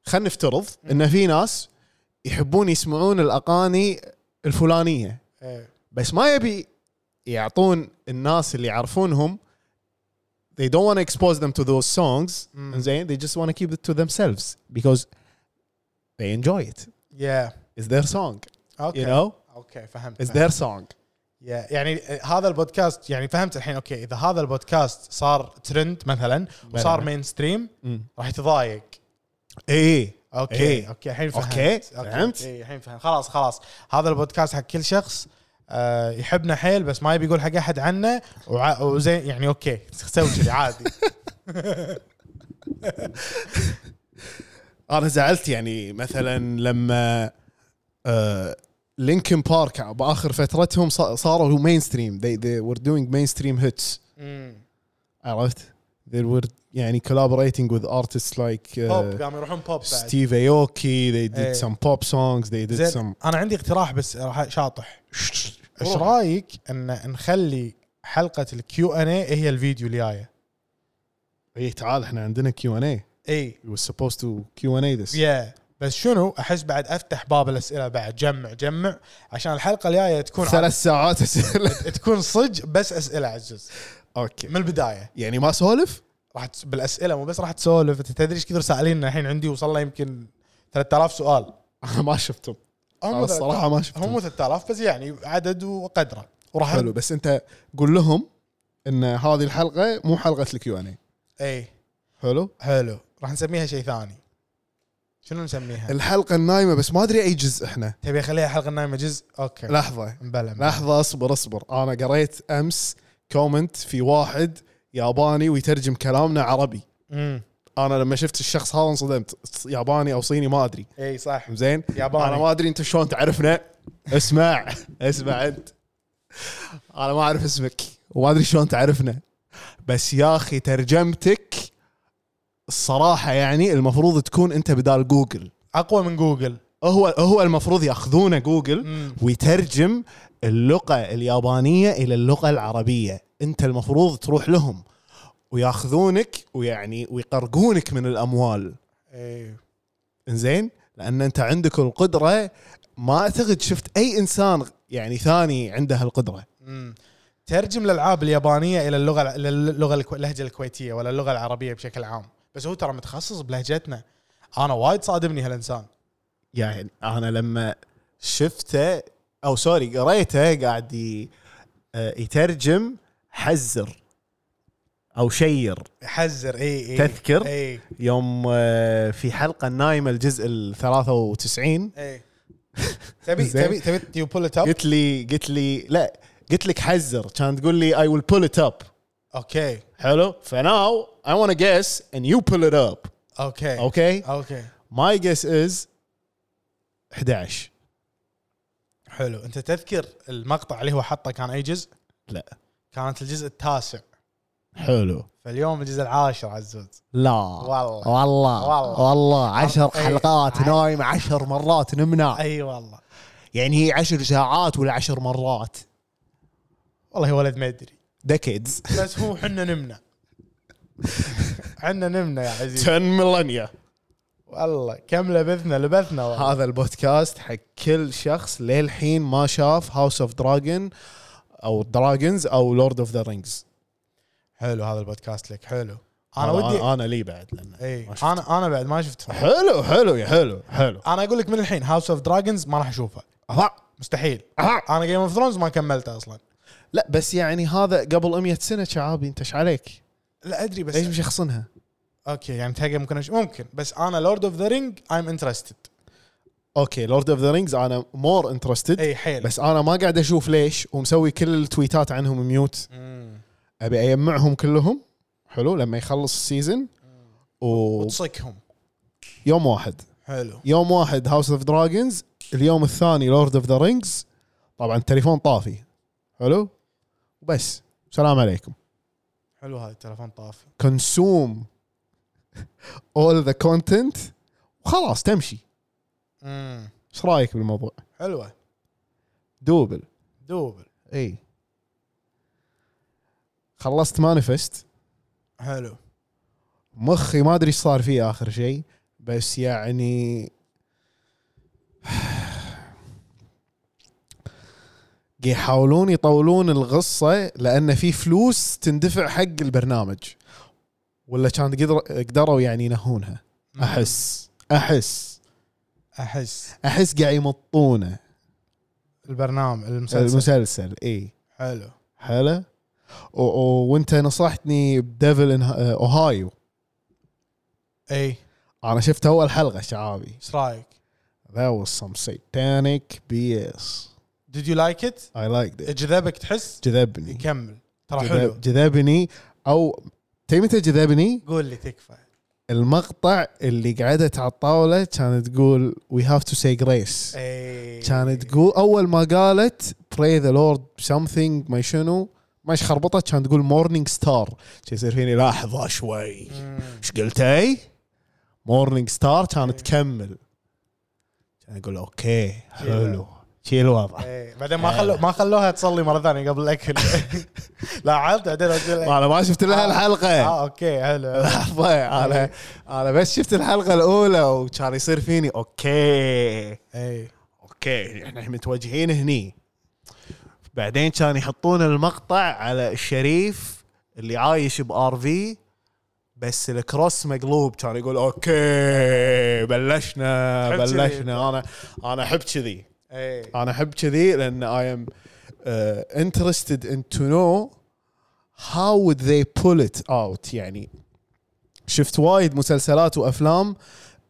C: خلينا نفترض ان في ناس يحبون يسمعون الاغاني الفلانيه
B: إيه.
C: بس ما يبي يعطون الناس اللي يعرفونهم they don't want to expose them to those songs
B: Mm.
C: زين they just want to keep it to themselves because they enjoy it
B: يا
C: it's their song you
B: اوكي
C: know
B: اوكي فهمت
C: it's
B: فهمت.
C: their song
B: يا يعني آه، هذا البودكاست يعني فهمت الحين اوكي اذا هذا البودكاست صار ترند مثلا وصار مين ستريم
C: مم.
B: راح يتضايق
C: ايه
B: اوكي
C: إيه.
B: اوكي الحين فهمت
C: أوكي، فهمت.
B: اي الحين فهمت خلاص خلاص هذا البودكاست حق كل شخص آه، يحبنا حيل بس ما يبي يقول حق احد عنه وع- وزين يعني اوكي سوي كذي عادي
C: انا آه، زعلت يعني مثلا لما آه لينكن بارك باخر فترتهم صا- صاروا مين ستريم they, they were doing mainstream hits
B: مم.
C: عرفت they were يعني collaborating with artists like uh,
B: بوب قاموا يروحون بوب بعد
C: Steve Aoki they did
B: إيه.
C: some pop songs they did
B: زين
C: some
B: انا عندي اقتراح بس راح شاطح ايش
C: روح.
B: رايك ان نخلي حلقه الكيو ان اي هي الفيديو اللي جايه
C: اي إيه، تعال احنا عندنا كيو ان اي
B: اي
C: we were supposed to كيو ان اي this
B: يا بس شنو احس بعد افتح باب الاسئله بعد جمع جمع عشان الحلقه الجايه تكون
C: ثلاث ساعات اسئله
B: تكون صج بس اسئله عزوز
C: اوكي
B: من البدايه
C: يعني ما سولف
B: راح تس... بالاسئله مو بس راح تسولف انت تدري ايش كثر سائلين الحين عندي وصل له يمكن 3000 سؤال
C: انا ما شفتهم
B: هم
C: انا الصراحه ما
B: هم
C: شفتهم
B: مو 3000 بس يعني عدد وقدره وراح
C: حلو بس انت قول لهم ان هذه الحلقه مو حلقه الكيو ان اي
B: اي
C: حلو
B: حلو إيه، راح نسميها شيء ثاني شنو نسميها؟
C: الحلقه النايمه بس ما ادري اي جزء احنا
B: تبي اخليها حلقه نايمه جزء اوكي
C: لحظه
B: مبلا مبلا.
C: لحظه اصبر اصبر انا قريت امس كومنت في واحد ياباني ويترجم كلامنا عربي
B: امم
C: انا لما شفت الشخص هذا انصدمت ياباني او صيني ما ادري
B: اي إيه، صح
C: زين
B: ياباني.
C: انا ما ادري انت شلون تعرفنا اسمع اسمع انت انا ما اعرف اسمك وما ادري شلون تعرفنا بس يا اخي ترجمتك الصراحه يعني المفروض تكون انت بدال جوجل
B: اقوى من جوجل
C: هو هو المفروض ياخذونه جوجل
B: امم
C: ويترجم اللغه اليابانيه الى اللغه العربيه انت المفروض تروح لهم وياخذونك ويعني ويقرقونك من الاموال
B: اي
C: زين لان انت عندك القدره ما اعتقد شفت اي انسان يعني ثاني عنده هالقدره
B: امم ترجم الالعاب اليابانيه الى اللغه الى اللغه الكو- اللهجه الكويتيه ولا اللغه العربيه بشكل عام بس هو ترى متخصص بلهجتنا انا وايد صادمني هالانسان
C: يعني انا لما شفته او سوري قريته قاعد ي- آه، يترجم حزر او شير
B: حزر اي اي
C: تذكر؟
B: اي
C: يوم آه، في حلقه النايمه الجزء ال 93
B: اي إيه. تبي
C: زين.
B: تبي تبي يو بول ات اب
C: قلت لي قلت لي لا قلت لك حزر كان تقول لي اي ويل بول ات اب
B: اوكي
C: حلو فناو اي ونت جيس اند يو بول ات اب
B: اوكي
C: اوكي
B: اوكي
C: My guess is 11
B: حلو انت تذكر المقطع اللي هو حطه كان اي جزء؟
C: لا
B: كانت الجزء التاسع
C: حلو
B: فاليوم الجزء العاشر عزوز
C: لا
B: والله.
C: والله
B: والله.
C: والله عشر
B: أي-
C: حلقات
B: أي-
C: نايم عشر مرات نمنع
B: اي والله
C: يعني هي عشر ساعات ولا عشر مرات
B: والله يا ولد ما ادري
C: ديكيدز
B: بس هو حنا نمنا حنا نمنا يا عزيز
C: 10 ميلينيا
B: والله كم لبثنا لبثنا والله
C: هذا البودكاست حق كل شخص للحين ما شاف هاوس اوف دراجون او دراجونز او لورد اوف ذا رينجز
B: حلو هذا البودكاست لك حلو انا ودي
C: انا لي بعد لأن
B: اي
C: ما شفت.
B: انا انا بعد ما شفته
C: حلو حلو يا حلو حلو
B: انا اقول لك من الحين هاوس اوف دراجونز ما راح اشوفه
C: أها،
B: مستحيل
C: أها.
B: انا جيم اوف ثرونز ما كملته اصلا
C: لا بس يعني هذا قبل 100 سنه شعابي انت ايش عليك؟
B: لا ادري بس
C: ليش مشخصنها؟
B: اوكي يعني تهجم ممكن أش... ممكن بس انا لورد اوف ذا رينج ايم انترستد
C: اوكي لورد اوف ذا رينجز انا مور انترستد
B: اي حيل
C: بس انا ما قاعد اشوف ليش ومسوي كل التويتات عنهم ميوت ابي اجمعهم كلهم حلو لما يخلص السيزون آه. ويوم
B: وتصكهم
C: واحد
B: حلو
C: يوم واحد هاوس اوف دراجونز اليوم الثاني لورد اوف ذا رينجز طبعا التليفون طافي حلو بس سلام عليكم
B: حلو هذا التلفون طافي
C: كونسوم اول ذا كونتنت وخلاص تمشي
B: امم
C: ايش رايك بالموضوع
B: حلوه
C: دوبل
B: دوبل
C: اي خلصت مانيفست
B: حلو
C: مخي ما ادري ايش صار فيه اخر شيء بس يعني يحاولون يطولون القصه لان في فلوس تندفع حق البرنامج ولا كان قدر قدروا يعني ينهونها
B: مم.
C: احس احس
B: احس
C: احس قاعد يمطونه
B: البرنامج المسلسل
C: المسلسل اي
B: حلو
C: حلو و- و- وانت نصحتني بديفل آه، ان اوهايو
B: اي
C: انا شفت اول حلقه شعابي
B: ايش رايك؟
C: That was some satanic BS.
B: Did you like it؟
C: I liked it.
B: جذبك تحس؟
C: جذبني
B: يكمل ترى
C: جذب-
B: حلو
C: جذبني او تدري متى جذبني؟
B: قول لي تكفى
C: المقطع اللي قعدت على الطاوله كانت تقول we have to say grace.
B: اي
C: كانت تقول اول ما قالت pray the lord something ما شنو ما ايش خربطت كانت تقول morning star شي يصير فيني لحظه شوي
B: مم.
C: ايش قلتي؟ مورنينج ستار كانت تكمل كان اقول اوكي حلو شي الوضع
B: اي إيه. بعدين ما خلو ما خلوها تصلي مره ثانيه قبل الاكل لاحظت بعدين اقول
C: انا ما شفت لها الحلقه
B: اه اوكي حلو
C: لحظه انا انا بس شفت الحلقه الاولى وكان يصير فيني اوكي
B: اي
C: اوكي احنا متوجهين هني بعدين كان يحطون المقطع على الشريف اللي عايش بار في بس الكروس مقلوب كان يقول اوكي بلشنا
B: تحب كذي.
C: بلشنا انا انا احب كذي
B: اي
C: انا احب كذي لان اي ام uh, انترستد ان تو نو هاو would they pull it out يعني شفت وايد مسلسلات وافلام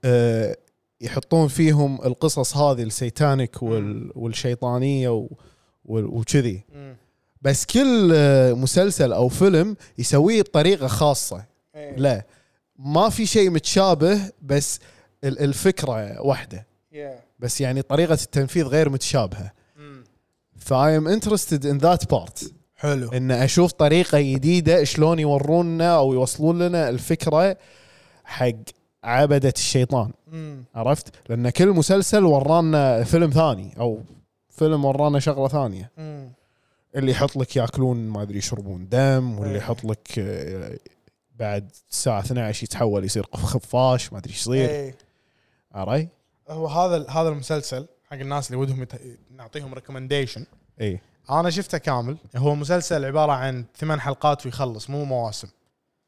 C: آه، يحطون فيهم القصص هذه السيتانيك وال- والشيطانيه و- وال- وكذي
B: مم.
C: بس كل آه، مسلسل او فيلم يسويه بطريقه خاصه
B: إي.
C: لا ما في شيء متشابه بس ال- الفكره واحده
B: Yeah.
C: بس يعني طريقه التنفيذ غير متشابهه
B: مم.
C: فاي ام انترستد ان ذات بارت
B: حلو
C: ان اشوف طريقه جديده شلون يورونا او يوصلون لنا الفكره حق عبده الشيطان
B: مم.
C: عرفت لان كل مسلسل ورانا فيلم ثاني او فيلم ورانا شغله ثانيه
B: مم.
C: اللي يحط لك ياكلون ما ادري يشربون دم واللي
B: إيه.
C: يحط لك آه، بعد الساعه 12 يتحول يصير خفاش ما ادري ايش يصير
B: إي.
C: عرفت
B: إيه. هو هذا هذا المسلسل حق الناس اللي ودهم يت... نعطيهم ريكومنديشن
C: اي
B: انا شفته كامل هو مسلسل عباره عن ثمان حلقات ويخلص مو مواسم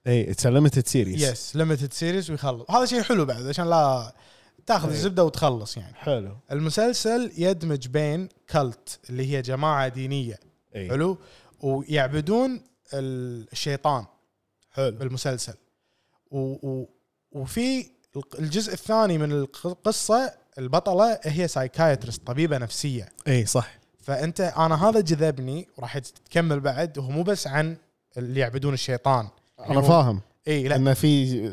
C: اي اتس ليمتد سيريز
B: يس ليمتد سيريز ويخلص هذا شيء حلو بعد عشان لا تاخذ
C: إي.
B: الزبده وتخلص يعني
C: حلو
B: المسلسل يدمج بين كالت اللي هي جماعه دينيه
C: اي
B: حلو ويعبدون الشيطان حلو بالمسلسل و و وفي الق- الجزء الثاني من الق- القصه البطله هي سايكايترست طبيبه نفسيه
C: اي صح
B: فانت انا هذا جذبني وراح تكمل بعد وهو مو بس عن اللي يعبدون الشيطان
C: انا فاهم
B: اي لا
C: لان في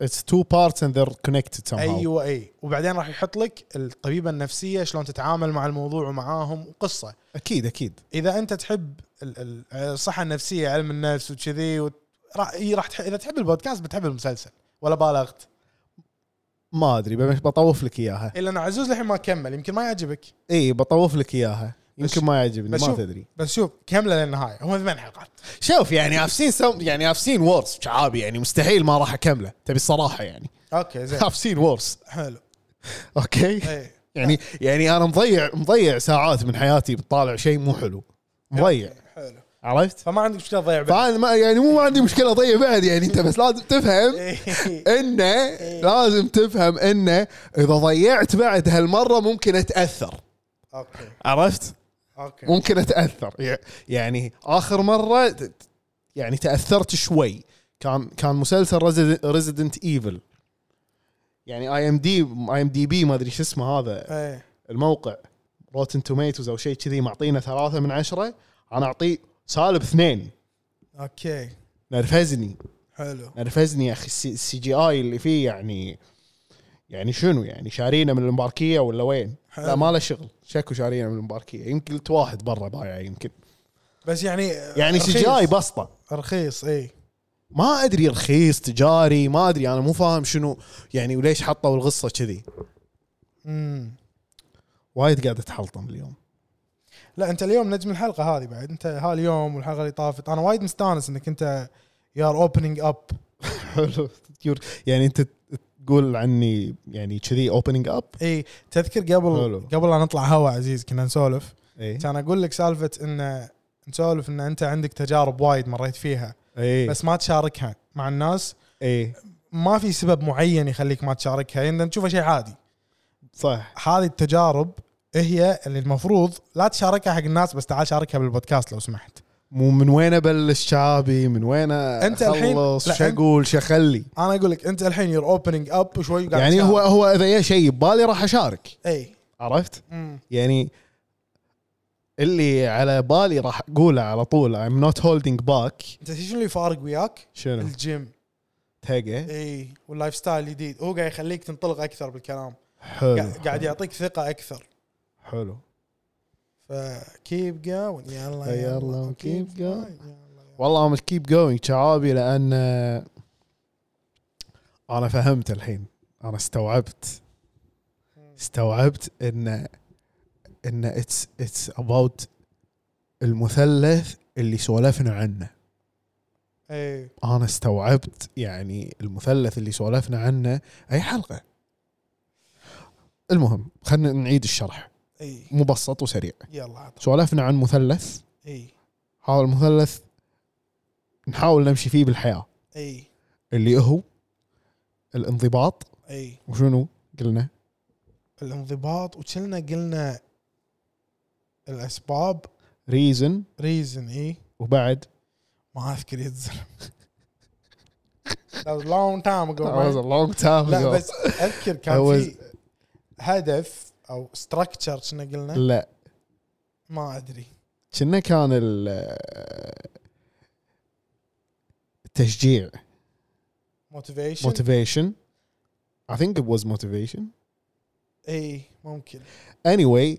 C: اتس تو بارتس اند ذير كونكتد somehow ايوه
B: ايوه اي وبعدين راح يحط لك الطبيبه النفسيه شلون تتعامل مع الموضوع ومعاهم وقصه
C: اكيد اكيد
B: اذا انت تحب ال- ال- الصحه النفسيه علم النفس وكذي وت- راح إي راح تح... اذا تحب البودكاست بتحب المسلسل ولا بالغت
C: ما ادري بمش- بطوف لك اياها
B: الا ان عزوز للحين ما كمل يمكن ما يعجبك
C: اي بطوف لك اياها يمكن
B: بس-
C: ما يعجبني
B: بس
C: ما
B: شوف-
C: تدري
B: بس شوف كمله للنهايه هو ثمان حلقات
C: شوف يعني I've seen some يعني I've seen worse شعابي يعني مستحيل ما راح اكمله تبي الصراحه يعني
B: اوكي زين
C: I've seen worse
B: حلو
C: اوكي
B: اي
C: يعني يعني انا مضيع مضيع ساعات من حياتي بطالع شيء مو حلو مضيع
B: حلو
C: عرفت؟
B: فما عندك مشكله تضيع بعد
C: فانا ما يعني مو ما عندي مشكله اضيع بعد يعني انت بس لازم تفهم انه لازم تفهم انه اذا ضيعت بعد هالمره ممكن اتاثر
B: اوكي
C: عرفت؟
B: اوكي
C: ممكن اتاثر يع- يعني اخر مره ت- يعني تاثرت شوي كان كان مسلسل ريزيدنت ايفل يعني اي ام دي اي ام دي بي ما ادري شو اسمه هذا
B: اي
C: الموقع روتن توميتوز او شيء كذي معطينا ثلاثه من عشره انا اعطيه سالب اثنين
B: اوكي
C: نرفزني
B: حلو
C: نرفزني يا اخي السي السي جي اي اللي فيه يعني يعني شنو يعني شارينا من المباركيه ولا وين؟ لا ما له شغل شكو شارينا من المباركيه يمكن قلت واحد برا بايع يمكن
B: بس يعني
C: يعني
B: رخيص.
C: سجاي بسطه
B: رخيص اي
C: ما ادري رخيص تجاري ما ادري انا مو فاهم شنو يعني وليش حطوا القصه كذي
B: امم
C: وايد قاعد اتحلطم اليوم
B: لا انت اليوم نجم الحلقه هذه بعد انت هاليوم والحلقه اللي طافت انا وايد مستانس انك انت يار اوبننج اب
C: حلو يعني انت تقول عني يعني كذي اوبننج اب
B: اي تذكر قبل
C: حلو.
B: قبل لا نطلع هوا عزيز كنا نسولف
C: اي
B: كان اقول لك سالفه ان نسولف ان انت عندك تجارب وايد مريت فيها
C: اي
B: بس ما تشاركها مع الناس
C: اي
B: ما في سبب معين يخليك ما تشاركها يعني نشوفها شيء عادي
C: صح
B: هذه التجارب هي اللي المفروض لا تشاركها حق الناس بس تعال شاركها بالبودكاست لو سمحت
C: مو من وين ابلش شعبي من وين
B: أنت الحين- لا،
C: شو اقول شو اخلي
B: انا اقول لك انت الحين يور اوبننج اب وشوي قاعد
C: يعني
B: تشارك.
C: هو هو اذا يا شيء ببالي راح اشارك
B: اي
C: عرفت
B: أمم.
C: يعني اللي على بالي راح اقوله على طول I'm not holding back
B: انت شنو اللي يفارق وياك؟
C: شنو
B: الجيم
C: تاجه
B: اي واللايف ستايل الجديد هو قاعد يخليك تنطلق اكثر بالكلام
C: حلو
B: قاع- قاعد يعطيك ثقه اكثر
C: حلو
B: فكيب جوين يلا
C: يلا، keep going.
B: going.
C: والله ام كيب جوينج شعابي لان آه، انا فهمت الحين انا استوعبت استوعبت ان ان اتس اتس اباوت المثلث اللي سولفنا عنه
B: اي
C: انا استوعبت يعني المثلث اللي سولفنا عنه اي حلقه المهم خلينا نعيد الشرح
B: اي
C: مبسط وسريع
B: إيه. يلا إيه، عطنا.
C: سولفنا عن مثلث
B: اي
C: هذا المثلث نحاول نمشي فيه بالحياه
B: اي
C: اللي هو الانضباط
B: اي
C: وشنو قلنا
B: إيه. الانضباط وشلنا قلنا الاسباب
C: ريزن
B: ريزن اي
C: وبعد
B: إيه. ما اذكر يا الزلمه That was long time ago man.
C: لونج تايم
B: لا بس اذكر كان
C: That
B: في هدف او ستراكشر كنا قلنا
C: لا
B: ما ادري
C: كنا كان ال- التشجيع
B: موتيفيشن
C: موتيفيشن I think it was motivation.
B: اي إيه، ممكن
C: Anyway,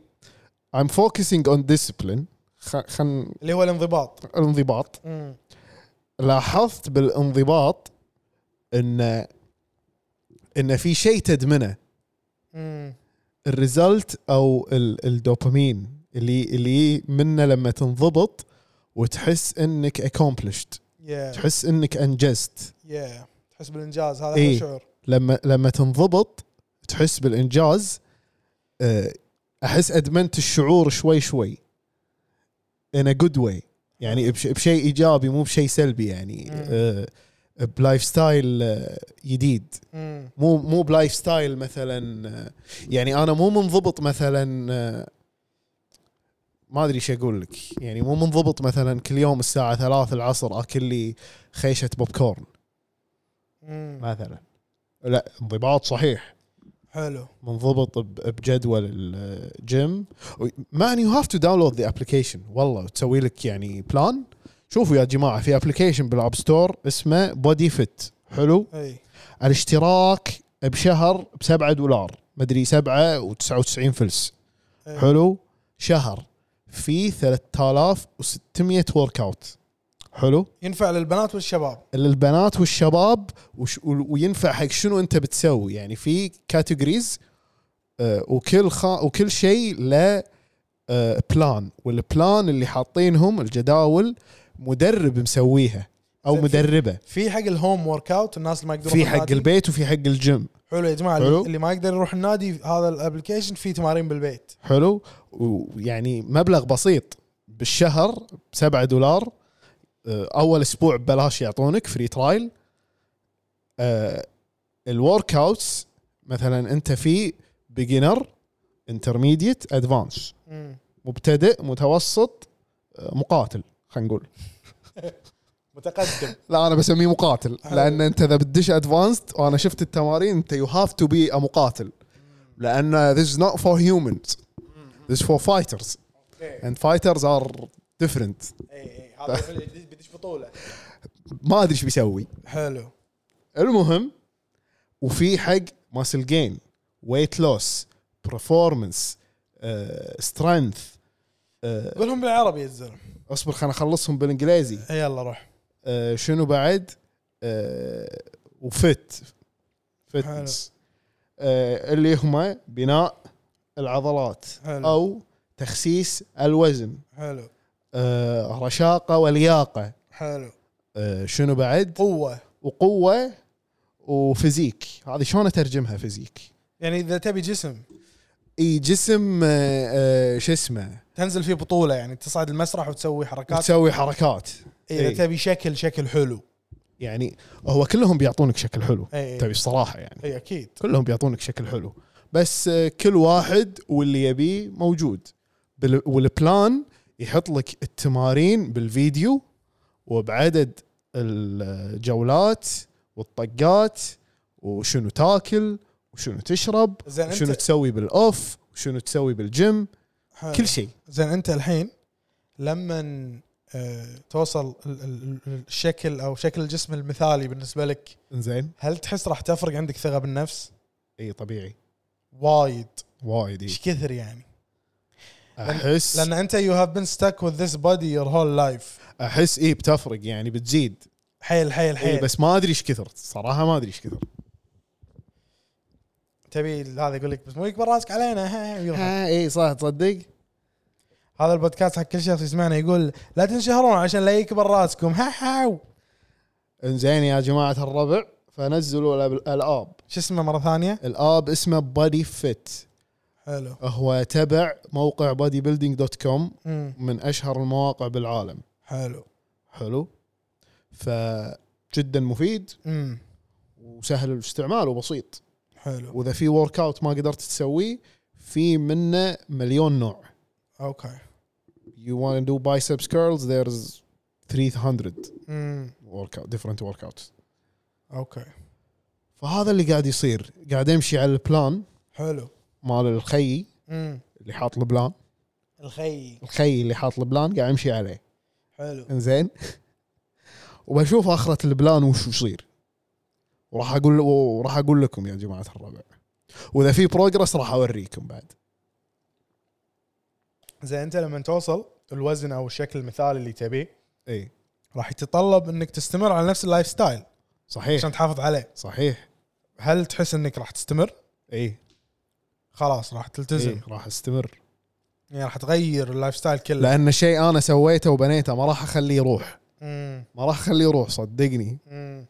C: I'm focusing on discipline. خ- خن
B: اللي هو الانضباط
C: الانضباط
B: امم
C: لاحظت بالانضباط ان ان في شيء تدمنه
B: امم
C: الريزلت او ال- الدوبامين اللي اللي منه لما تنضبط وتحس انك accomplished
B: يا
C: تحس انك انجزت
B: يا تحس بالانجاز هذا
C: إي.
B: احلى شعور
C: لما لما تنضبط تحس بالانجاز أه، احس ادمنت الشعور شوي شوي in a good way يعني بش- بشيء ايجابي مو بشيء سلبي يعني
B: مم.
C: أه، بلايف ستايل أه، جديد
B: امم
C: مو مو بلايف ستايل مثلا آه، يعني انا مو منضبط مثلا آه، ما ادري ايش اقول لك يعني مو منضبط مثلا كل يوم الساعه ثلاثة العصر اكل لي خيشه بوب كورن
B: امم
C: مثلا لا انضباط صحيح
B: حلو
C: منضبط ب- بجدول الجيم مان يو هاف تو داونلود ذا ابلكيشن والله تسوي لك يعني بلان شوفوا يا جماعه في ابلكيشن بالاب ستور اسمه بودي فيت حلو
B: اي
C: الاشتراك بشهر ب 7 دولار مدري 7 و99 فلس
B: إي.
C: حلو شهر في 3600 ورك اوت حلو
B: ينفع للبنات والشباب
C: للبنات والشباب وش وينفع حق شنو انت بتسوي يعني في كاتيجوريز وكل خا وكل شيء له آه، بلان والبلان اللي حاطينهم الجداول مدرب مسويها او
B: في- في-
C: مدربه
B: في حق الهوم ورك اوت الناس اللي ما يقدرون
C: في
B: يروحون
C: حق
B: النادي.
C: البيت وفي حق الجيم
B: حلو يا جماعه
C: حلو.
B: اللي ما يقدر يروح النادي هذا الابلكيشن فيه تمارين بالبيت
C: حلو ويعني مبلغ بسيط بالشهر بسبعة دولار آه، اول اسبوع ببلاش يعطونك آه، فري ترايل الورك اوتس مثلا انت في بيجنر انترميديت ادفانس
B: امم
C: مبتدئ متوسط آه، مقاتل خلينا نقول
B: متقدم
C: لا انا بسميه مقاتل
B: حلو.
C: لان انت اذا بتدش ادفانسد وانا شفت التمارين انت يو هاف تو بي مقاتل لان this is not for humans this is for fighters and fighters are different
B: اي اي إيه،
C: طيب.
B: هذا اللي بدش بطوله
C: ما ادري ايش بيسوي
B: حلو
C: المهم وفي حق ماسل جين ويت لوس برفورمنس سترينث آه،
B: قولهم بالعربي يا الزلمه
C: اصبر خلنا اخلصهم بالانجليزي
B: إيه، يلا روح
C: آه، شنو بعد آه، وفت فتنس آه، اللي هما بناء العضلات
B: حلو.
C: او تخسيس الوزن
B: حلو
C: آه، رشاقه ولياقه
B: حلو
C: آه، شنو بعد
B: قوه
C: وقوه وفيزيك هذه شلون اترجمها فيزيك
B: يعني اذا تبي جسم
C: اي جسم آه، آه، شو اسمه
B: تنزل فيه بطوله يعني تصعد المسرح وتسوي حركات
C: تسوي حركات
B: اذا
C: إيه.
B: تبي شكل شكل حلو إيه،
C: يعني هو كلهم بيعطونك شكل حلو
B: اي
C: تبي الصراحه يعني
B: اي اكيد
C: كلهم بيعطونك شكل حلو بس آه، كل واحد واللي يبيه موجود بال- والبلان يحط لك التمارين بالفيديو وبعدد الجولات والطقات وشنو تاكل وشنو تشرب
B: زين يعني أنت-
C: وشنو تسوي بالاوف وشنو تسوي بالجيم
B: حلو.
C: كل شيء
B: زين انت الحين لما آه، توصل ال- ال- ال- الشكل او شكل الجسم المثالي بالنسبه لك
C: زين
B: هل تحس راح تفرق عندك ثقه بالنفس؟
C: اي طبيعي
B: وايد
C: وايد إي.
B: ايش كثر يعني
C: احس
B: لان انت يو هاف بين ستك وذ ذيس بودي يور هول لايف
C: احس اي بتفرق يعني بتزيد
B: حيل حيل
C: اي
B: حيل بس
C: بس ما ادري ايش كثر صراحه ما ادري ايش كثر
B: تبي هذا يقول لك بس مو يكبر راسك علينا ها، ها، يلا.
C: اي صح تصدق
B: هذا البودكاست حق كل شخص يسمعنا يقول لا تنشهرون عشان لا يكبر راسكم ها ها
C: انزين يا جماعه الربع فنزلوا الأب- الاب
B: شو اسمه مره ثانيه؟
C: الاب اسمه بادي فيت
B: حلو
C: هو تبع موقع بادي بيلدينج دوت كوم
B: امم
C: من اشهر المواقع بالعالم
B: حلو
C: حلو فجدا مفيد
B: امم
C: وسهل الاستعمال وبسيط
B: حلو
C: واذا في ورك اوت ما قدرت تسويه في منه مليون نوع
B: اوكي
C: you want to do biceps curls there's 300
B: امم
C: workout different workouts
B: اوكي
C: فهذا اللي قاعد يصير قاعد امشي على البلان
B: حلو
C: مال الخي
B: امم
C: اللي حاط البلان
B: الخي
C: الخي اللي حاط البلان قاعد امشي عليه
B: حلو
C: انزين وبشوف اخره البلان وش يصير وراح اقول وراح اقول لكم يا جماعه الربع واذا في بروجرس راح اوريكم بعد
B: زين انت لما توصل الوزن او الشكل المثالي اللي تبيه
C: اي
B: راح يتطلب انك تستمر على نفس اللايف ستايل
C: صحيح
B: عشان تحافظ عليه
C: صحيح
B: هل تحس انك راح تستمر
C: اي
B: خلاص راح تلتزم
C: إي، إيه. راح استمر
B: يعني راح تغير اللايف ستايل كله
C: لان شيء انا سويته وبنيته ما راح اخليه يروح
B: امم
C: ما راح اخليه يروح صدقني
B: امم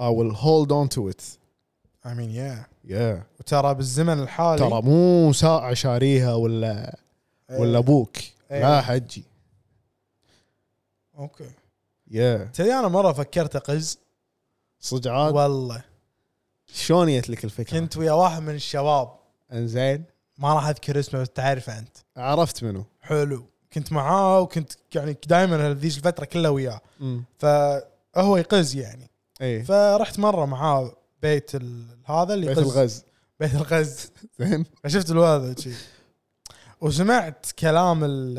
C: I will hold on to it
B: I mean yeah
C: yeah.
B: وترى بالزمن الحالي
C: ترى مو ساعة شاريها ولا
B: إيه.
C: ولا ابوك
B: إيه.
C: لا حجي
B: اوكي
C: يا
B: تدري انا مره فكرت اقز
C: صدق عاد
B: والله
C: شلون جت لك الفكرة؟
B: كنت ويا واحد من الشباب
C: انزين
B: ما راح اذكر اسمه بس تعرفه انت
C: عرفت منو؟
B: حلو كنت معاه وكنت يعني دائما هذيك الفتره كلها وياه فهو يقز يعني
C: اي
B: فرحت مره معاه بيت ال- هذا اللي
C: بيت
B: يقز.
C: الغز
B: بيت الغز
C: زين
B: فشفت الوضع شي وسمعت كلام ال-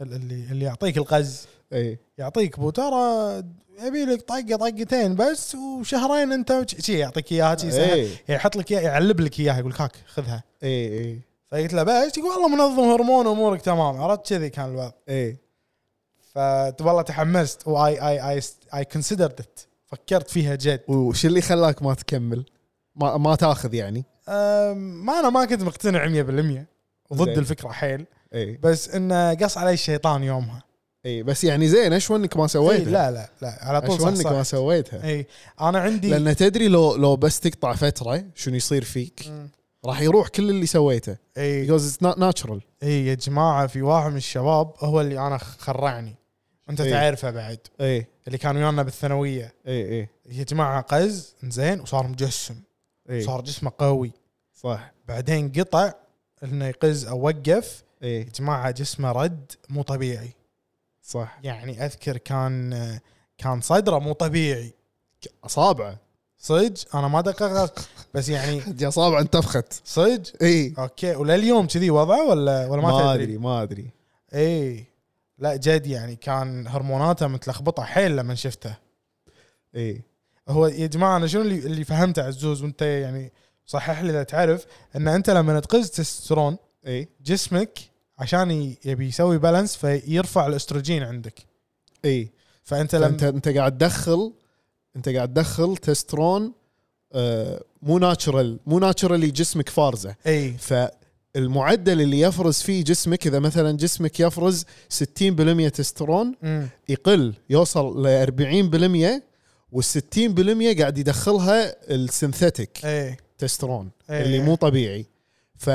B: ال- اللي اللي يعطيك الغز
C: اي
B: يعطيك بو ترى يبي لك طقه طقتين بس وشهرين انت وش- شي يعطيك اياها
C: إيه،
B: شي سهل.
C: اي
B: يحط لك اياها يعلب لك اياها يقول لك هاك خذها
C: اي اي
B: فقلت له بس يقول والله منظم هرمون وامورك تمام عرفت كذي كان الوضع
C: اي
B: ف والله تحمست واي اي اي اي كونسيدرد ات فكرت فيها جد
C: وش اللي خلاك ما تكمل؟ ما ما تاخذ يعني؟
B: أم، ما انا ما كنت مقتنع 100% وضد
C: زين.
B: الفكره حيل
C: اي
B: بس انه قص علي الشيطان يومها
C: اي إيه، بس يعني زين اشو انك ما
B: اي
C: سويتها؟
B: إيه، لا لا لا على طول
C: اشو انك ما
B: صح إيه.
C: سويتها؟
B: اي انا عندي
C: لان تدري لو لو بس تقطع فترة شنو يصير فيك؟
B: مم. إيه.
C: راح يروح كل اللي سويته
B: اي
C: because it's not natural
B: اي يا جماعه في واحد من الشباب هو اللي انا خرعني انت
C: إي.
B: تعرفه بعد
C: اي
B: اللي كان ويانا بالثانويه
C: اي اي
B: يا جماعه قز زين وصار مجسم
C: اي
B: صار جسمه قوي
C: إيه. صح
B: بعدين قطع انه يقز او وقف
C: اي
B: يا جماعه جسمه رد مو طبيعي
C: صح
B: يعني اذكر كان كان صدره مو طبيعي
C: اصابعه
B: صدق انا ما دققت بس يعني
C: حجي اصابعه انتفخت
B: صدق
C: اي
B: اوكي ولليوم كذي وضعه ولا ولا ما,
C: ما
B: ما
C: ادري
B: تدري
C: ما ادري
B: اي لا جد يعني كان هرموناته متلخبطه حيل لما شفته
C: اي
B: هو يا جماعه انا شنو اللي, اللي فهمته عزوز وانت يعني صحح لي اذا تعرف ان انت لما تقز تستوستيرون
C: اي
B: جسمك عشان ي- يبي يسوي بالانس فيرفع الاستروجين عندك
C: اي
B: فانت
C: انت
B: لما
C: انت قاعد تدخل انت قاعد تدخل تسترون آه، مو ناتشرال مو ناتشرالي جسمك فارزه
B: اي
C: فالمعدل اللي يفرز فيه جسمك اذا مثلا جسمك يفرز 60% تسترون
B: مم.
C: يقل يوصل ل 40% وال 60% قاعد يدخلها السينثيتك
B: اي
C: تسترون
B: إيه.
C: اللي مو طبيعي ف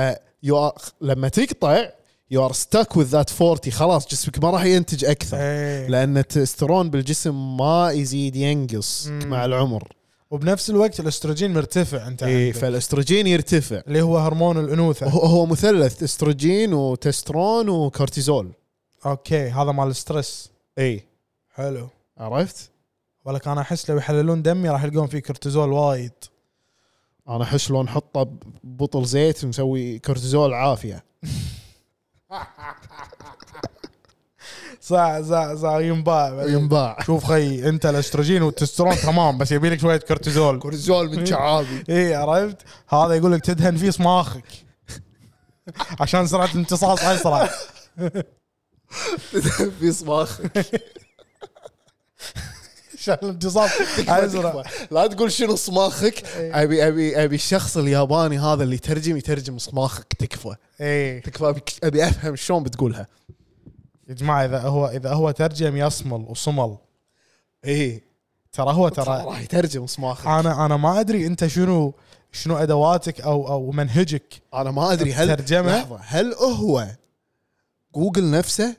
C: you are- لما تقطع يو ار ستاك وذ ذات 40 خلاص جسمك ما راح ينتج اكثر
B: اي
C: لان التسترون إيه. بالجسم ما يزيد ينقص
B: مم.
C: مع العمر
B: وبنفس الوقت الاستروجين مرتفع انت
C: إيه
B: عندك.
C: فالاستروجين يرتفع
B: اللي هو هرمون الانوثه
C: هو هو مثلث استروجين وتسترون وكورتيزول
B: اوكي هذا مال الستريس إيه.
C: اي
B: حلو
C: عرفت
B: ولك انا احس لو يحللون دمي راح يلقون فيه كورتيزول وايد
C: انا احس لو نحطه ببطل زيت ونسوي كورتيزول عافيه
B: صح صح صح ينباع بعدين.
C: ينباع
B: شوف خي انت الاستروجين والتسترون تمام بس يبي لك شويه كورتيزول
C: كورتيزول من شعابي
B: اي عرفت هذا يقول لك تدهن فيه صماخك عشان سرعه الامتصاص اسرع
C: في صباخ
B: عشان الامتصاص اسرع
C: لا تقول شنو صماخك
B: إيه.
C: ابي ابي ابي الشخص الياباني هذا اللي يترجم يترجم صماخك تكفى
B: اي
C: تكفى أبي- ابي افهم شلون بتقولها
B: إيه. يا جماعه اذا هو اذا هو ترجم يصمل وصمل إيه.
C: اي
B: ترى هو ترى
C: راح يترجم صماخك
B: انا انا ما ادري انت شنو شنو ادواتك او او منهجك
C: انا ما ادري هل
B: ترجمة؟
C: لحظه هل هو جوجل نفسه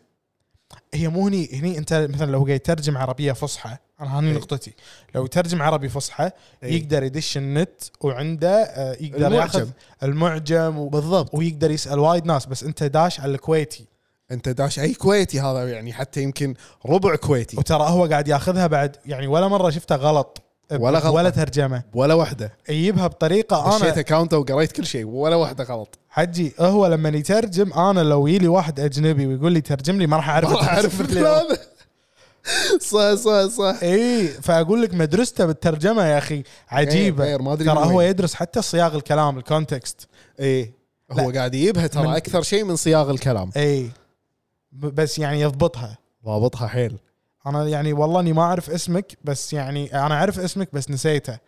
B: هي مو هني هني انت مثلا لو قاعد يترجم عربيه فصحى انا هني
C: إي.
B: نقطتي لو يترجم عربي فصحى
C: إي.
B: يقدر يدش النت وعنده آه، يقدر
C: المعجم.
B: ياخذ المعجم و...
C: بالضبط
B: ويقدر يسال وايد ناس بس انت داش على الكويتي
C: انت داش اي كويتي هذا يعني حتى يمكن ربع كويتي
B: وترى هو قاعد ياخذها بعد يعني ولا مره شفته غلط
C: ولا غلطة.
B: ولا ترجمه
C: ولا واحده
B: يجيبها بطريقه
C: دشيت
B: انا
C: اكونته وقريت كل شيء ولا واحده غلط
B: حجي هو لما يترجم انا لو يلي واحد اجنبي ويقول لي ترجم لي ما راح اعرف
C: ما راح اعرف
B: أترجم له.
C: الكلام صح صح صح
B: اي فاقول إيه، لك مدرسته بالترجمه يا اخي عجيبه
C: إيه، غير، ما أدري
B: ترى
C: من
B: هو
C: وين.
B: يدرس حتى صياغ الكلام الكونتكست
C: ايه هو
B: لا.
C: قاعد يجيبها
B: من-
C: ترى اكثر شيء من صياغ الكلام
B: اي إيه. ب- بس يعني يضبطها
C: ضابطها حيل
B: انا يعني والله اني ما اعرف اسمك بس يعني انا اعرف اسمك بس نسيته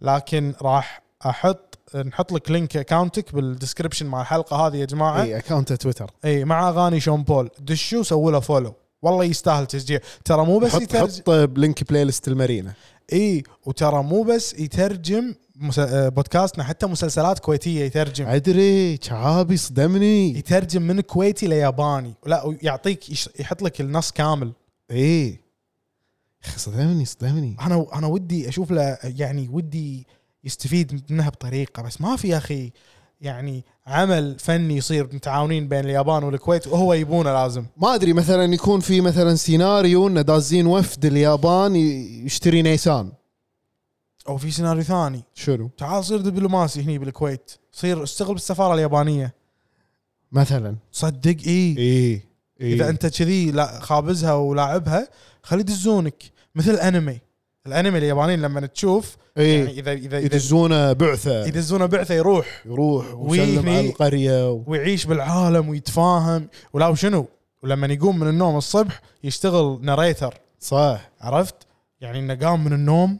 B: لكن راح احط نحط لك لينك اكاونتك بالدسكربشن مع الحلقه هذه يا جماعه اي,
C: اي اكونت تويتر
B: أي مع اغاني شون بول دشوا سووا له فولو والله يستاهل تشجيع ترى مو بس
C: حط
B: يترجم
C: حط بلينك بلاي ليست المارينا
B: اي وترى مو بس يترجم مس... آه، بودكاستنا حتى مسلسلات كويتيه يترجم
C: ادري شعابي صدمني
B: يترجم من كويتي لياباني لا يعطيك يش- يحط لك النص كامل
C: ايه يا أخي صدمني صدمني
B: انا انا ودي اشوف له يعني ودي يستفيد منها بطريقه بس ما في يا اخي يعني عمل فني يصير متعاونين بين اليابان والكويت وهو يبونه لازم
C: ما ادري مثلا يكون في مثلا سيناريو ان دازين وفد اليابان ي- يشتري نيسان
B: او في سيناريو ثاني
C: شنو
B: تعال صير دبلوماسي هني بالكويت صير اشتغل بالسفاره اليابانيه
C: مثلا
B: صدق اي
C: ايه إيه.
B: اذا انت كذي لا خابزها ولاعبها خلي يدزونك مثل الانمي الانمي اليابانيين لما تشوف يعني
C: ايه
B: اذا اذا اذا
C: يدزونه بعثه
B: يدزونه بعثه يروح
C: يروح ويسلم
B: ويهني-
C: على القريه و...
B: ويعيش بالعالم ويتفاهم ولا شنو ولما يقوم من النوم الصبح يشتغل ناريتر
C: صح
B: عرفت يعني انه قام من النوم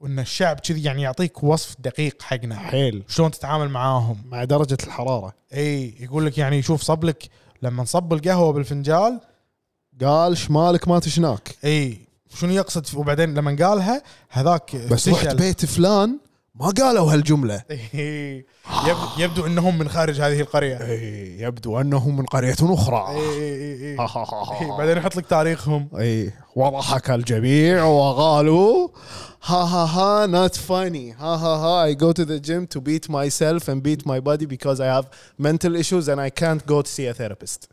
B: وان الشعب كذي يعني يعطيك وصف دقيق حقنا
C: حيل
B: شلون تتعامل معاهم
C: مع درجه الحراره
B: اي يقول لك يعني شوف صبلك لما نصب القهوه بالفنجال
C: قال شمالك ما تشناك
B: اي شنو يقصد وبعدين لما قالها هذاك
C: بس رحت بيت فلان ما قالوا هالجمله
B: إي. يب- يبدو انهم من خارج هذه القريه اي
C: إيه، يبدو انه من إيه. قريه اخرى
B: اي اي إي، بعدين يحط لك تاريخهم
C: اي وضحك الجميع وقالوا ها ها ها not funny ها ها ها I go to the gym to beat myself and beat my body because I have mental issues and I can't go to see a therapist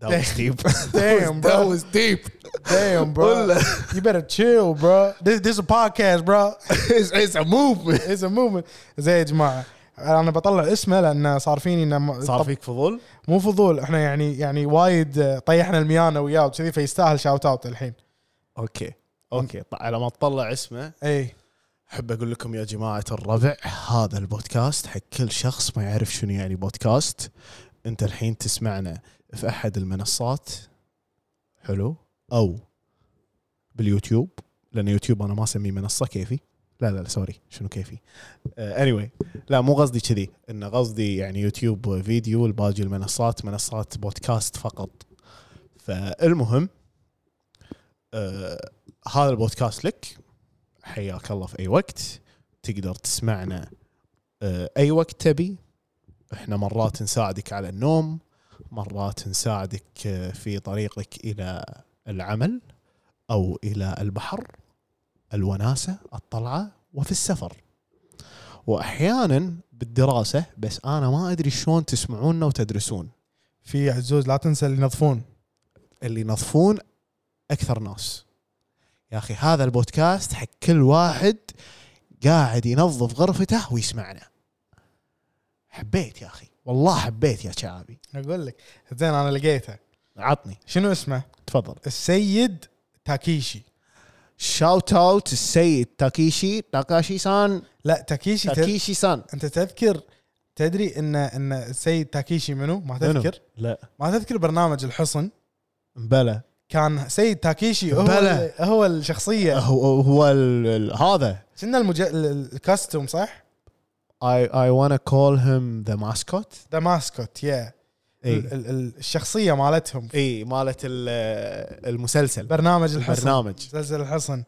C: That was deep
B: Damn, bro.
C: That was deep
B: Damn, bro.
C: Hola.
B: you better chill, bro. This this a podcast, bro.
C: It's, it's a movement
B: It's a movement. زين يا جماعة انا بطلع اسمه لان صار فيني انه م-
C: صار
B: طب-
C: فيك فضول؟
B: مو فضول احنا يعني يعني وايد آه، طيحنا المياه وياه وكذي فيستاهل شاوت اوت الحين.
C: اوكي اوكي ط- على ما تطلع اسمه
B: اي
C: احب اقول لكم يا جماعه الربع هذا البودكاست حق كل شخص ما يعرف شنو يعني بودكاست انت الحين تسمعنا في احد المنصات حلو او باليوتيوب لان يوتيوب انا ما اسميه منصه كيفي لا لا لا سوري شنو كيفي اني anyway لا مو قصدي كذي ان قصدي يعني يوتيوب فيديو الباقي المنصات منصات بودكاست فقط فالمهم آه هذا البودكاست لك حياك الله في اي وقت تقدر تسمعنا آه اي وقت تبي احنا مرات نساعدك على النوم مرات نساعدك آه، في طريقك الى العمل او الى البحر الوناسه الطلعه وفي السفر واحيانا بالدراسه بس انا ما ادري شلون تسمعونا وتدرسون
B: في عزوز لا تنسى اللي ينظفون
C: اللي ينظفون اكثر ناس يا اخي هذا البودكاست حق كل واحد قاعد ينظف غرفته ويسمعنا حبيت يا اخي والله حبيت يا شعبي
B: اقول لك زين انا لقيته
C: عطني
B: شنو اسمه؟
C: تفضل
B: السيد تاكيشي
C: شاوت اوت السيد تاكيشي تاكاشي سان
B: لا تاكيشي تاكيشي.
C: تاكيشي سان
B: انت تذكر تدري ان ان السيد تاكيشي منو؟ ما تذكر؟
C: لا
B: ما تذكر برنامج الحصن
C: بلى
B: كان سيد تاكيشي هو
C: بلى. أه.
B: ال- هو الشخصيه
C: هو هو ال- ال- هذا
B: كنا المج... ال- ال- الكاستوم صح؟
C: I I wanna call him the mascot
B: ذا ماسكوت يا ال- ال- ال- الشخصيه مالتهم
C: اي مالت ال- المسلسل
B: برنامج الحصن
C: البرنامج
B: مسلسل الحصن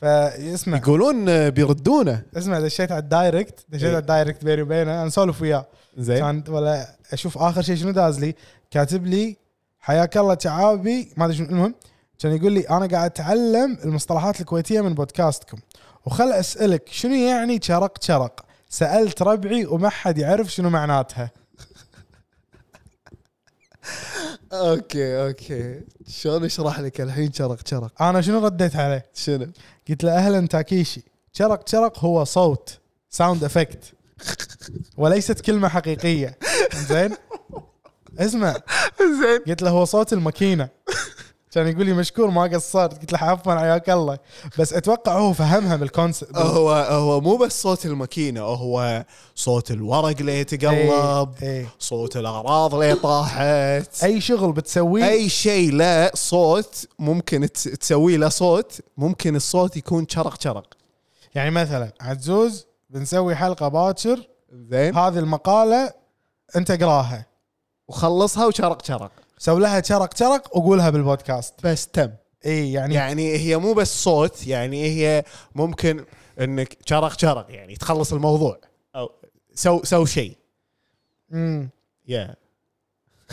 B: فاسمع
C: يقولون بيردونه
B: اسمع دشيت على الدايركت دشيت
C: إيه.
B: على الدايركت بيني وبينه انا اسولف وياه
C: زين
B: كان ولا اشوف اخر شيء شنو داز لي كاتب لي حياك الله تعابي ما ادري شنو المهم كان يقول لي انا قاعد اتعلم المصطلحات الكويتيه من بودكاستكم وخل اسالك شنو يعني شرق شرق سالت ربعي وما حد يعرف شنو معناتها
C: اوكي اوكي شلون اشرح لك الحين شرق شرق
B: انا شنو رديت عليه
C: شنو؟
B: قلت له اهلا تاكيشي شرق شرق هو صوت ساوند افكت وليست كلمه حقيقيه زين اسمع
C: زين
B: قلت له هو صوت الماكينه كان يقول لي مشكور ما قصرت قلت له عفوا حياك الله بس اتوقع هو فهمها بالكونسبت
C: هو هو مو بس صوت الماكينه هو صوت الورق اللي يتقلب
B: إيه، إيه.
C: صوت الاغراض اللي طاحت
B: اي شغل بتسويه
C: اي شيء له صوت ممكن تس- تسويه له صوت ممكن الصوت يكون شرق شرق
B: يعني مثلا عزوز بنسوي حلقه باكر
C: زين
B: هذه المقاله انت اقراها
C: وخلصها وشرق شرق
B: سوي لها شرق شرق وقولها بالبودكاست
C: بس تم
B: اي يعني,
C: يعني هي مو بس صوت يعني هي ممكن انك شرق شرق يعني تخلص الموضوع او سو سو شيء
B: امم
C: يا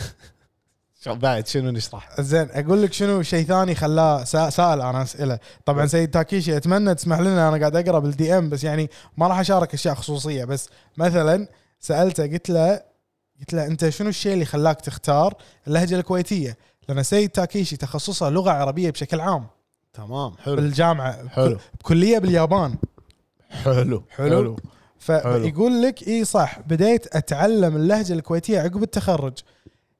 C: شو بعد شنو نشرح؟
B: زين اقول لك شنو شيء ثاني خلاه سا- سال انا اسئله طبعا سيد تاكيشي اتمنى تسمح لنا انا قاعد اقرا بالدي ام بس يعني ما راح اشارك اشياء خصوصيه بس مثلا سالته قلت له قلت له انت شنو الشيء اللي خلاك تختار اللهجه الكويتيه؟ لان سيد تاكيشي تخصصه لغه عربيه بشكل عام
C: تمام حلو
B: بالجامعه
C: حلو.
B: بكليه باليابان
C: حلو
B: حلو.
C: حلو
B: فيقول لك اي صح بديت اتعلم اللهجه الكويتيه عقب التخرج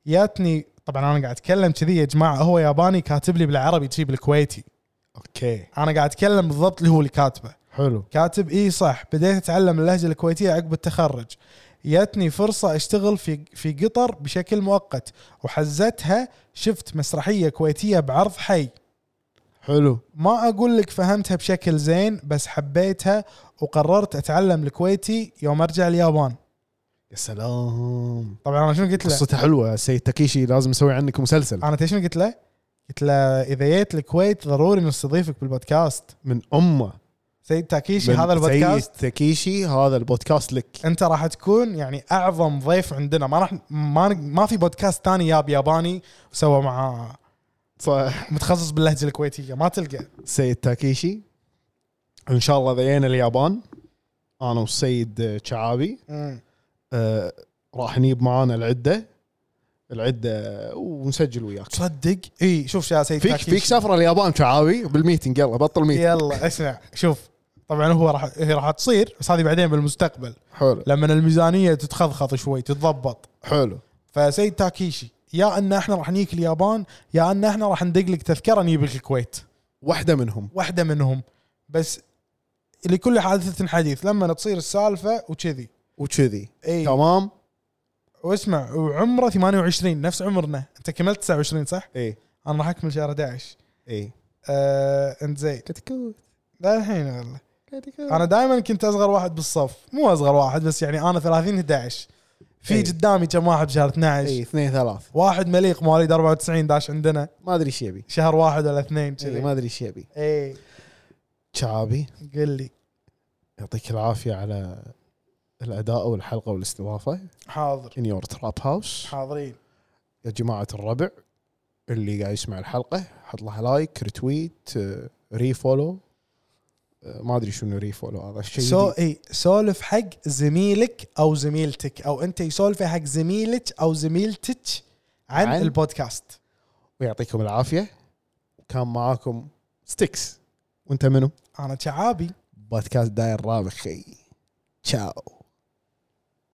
B: جاتني طبعا انا قاعد اتكلم كذي يا جماعه هو ياباني كاتب لي بالعربي كذي بالكويتي
C: اوكي
B: انا قاعد اتكلم بالضبط اللي هو اللي كاتبه
C: حلو
B: كاتب اي صح بديت اتعلم اللهجه الكويتيه عقب التخرج جتني فرصه اشتغل في في قطر بشكل مؤقت وحزتها شفت مسرحيه كويتيه بعرض حي
C: حلو
B: ما اقول لك فهمتها بشكل زين بس حبيتها وقررت اتعلم الكويتي يوم ارجع اليابان
C: يا سلام
B: طبعا انا شنو قلت له
C: قصته حلوه سيد تاكيشي لازم نسوي عنك مسلسل
B: انا تدري شنو قلت له قلت له اذا جيت الكويت ضروري نستضيفك بالبودكاست
C: من امه
B: سيد تاكيشي
C: من
B: هذا البودكاست
C: سيد تاكيشي هذا البودكاست لك
B: انت راح تكون يعني اعظم ضيف عندنا ما راح ما ما في بودكاست ثاني ياب ياباني سوى مع
C: صح
B: متخصص باللهجه الكويتيه ما تلقى
C: سيد تاكيشي ان شاء الله ذينا اليابان انا والسيد شعابي
B: مم.
C: آه، راح نجيب معانا العده العده ونسجل وياك
B: تصدق اي شوف يا سيد
C: فيك
B: تاكيشي.
C: فيك سفره اليابان شعابي بالميتنج يلا بطل ميتنج
B: يلا اسمع شوف طبعا هو راح هي راح تصير بس هذه بعدين بالمستقبل
C: حلو
B: لما الميزانيه تتخضخض شوي تتضبط
C: حلو
B: فسيد تاكيشي يا ان احنا راح نجيك اليابان يا ان احنا راح ندق لك تذكره نجيبك الكويت
C: واحده منهم
B: واحده منهم بس لكل حادثه حديث لما تصير السالفه وكذي
C: وكذي
B: اي
C: تمام
B: واسمع وعمره 28 نفس عمرنا انت كملت 29 صح؟
C: اي
B: انا راح اكمل شهر 11
C: اي
B: آه، انت زين
C: كتكوت
B: لا الحين والله
C: كتكوت
B: انا دائما كنت اصغر واحد بالصف مو اصغر واحد بس يعني انا 30 11 في
C: إي.
B: قدامي كم واحد بشهر 12
C: اي إيه، اثنين ثلاث
B: واحد مليق مواليد 94 داش عندنا
C: ما ادري ايش يبي
B: شهر واحد ولا اثنين
C: إي،
B: كذي
C: ما ادري ايش يبي
B: اي
C: شعابي
B: قل لي
C: يعطيك العافيه على الاداء والحلقه والاستضافه
B: حاضر
C: ان يور تراب هاوس
B: حاضرين
C: يا جماعه الربع اللي قاعد يسمع الحلقه حط لها لايك ريتويت آه، ريفولو آه، ما ادري شنو ريفولو هذا شيء
B: سو اي سولف حق زميلك او زميلتك او انت يسولف حق زميلك او زميلتك عن,
C: عن-
B: عن البودكاست
C: ويعطيكم العافيه كان معاكم ستيكس وانت منو
B: انا شعابي
C: بودكاست داير رابع خي تشاو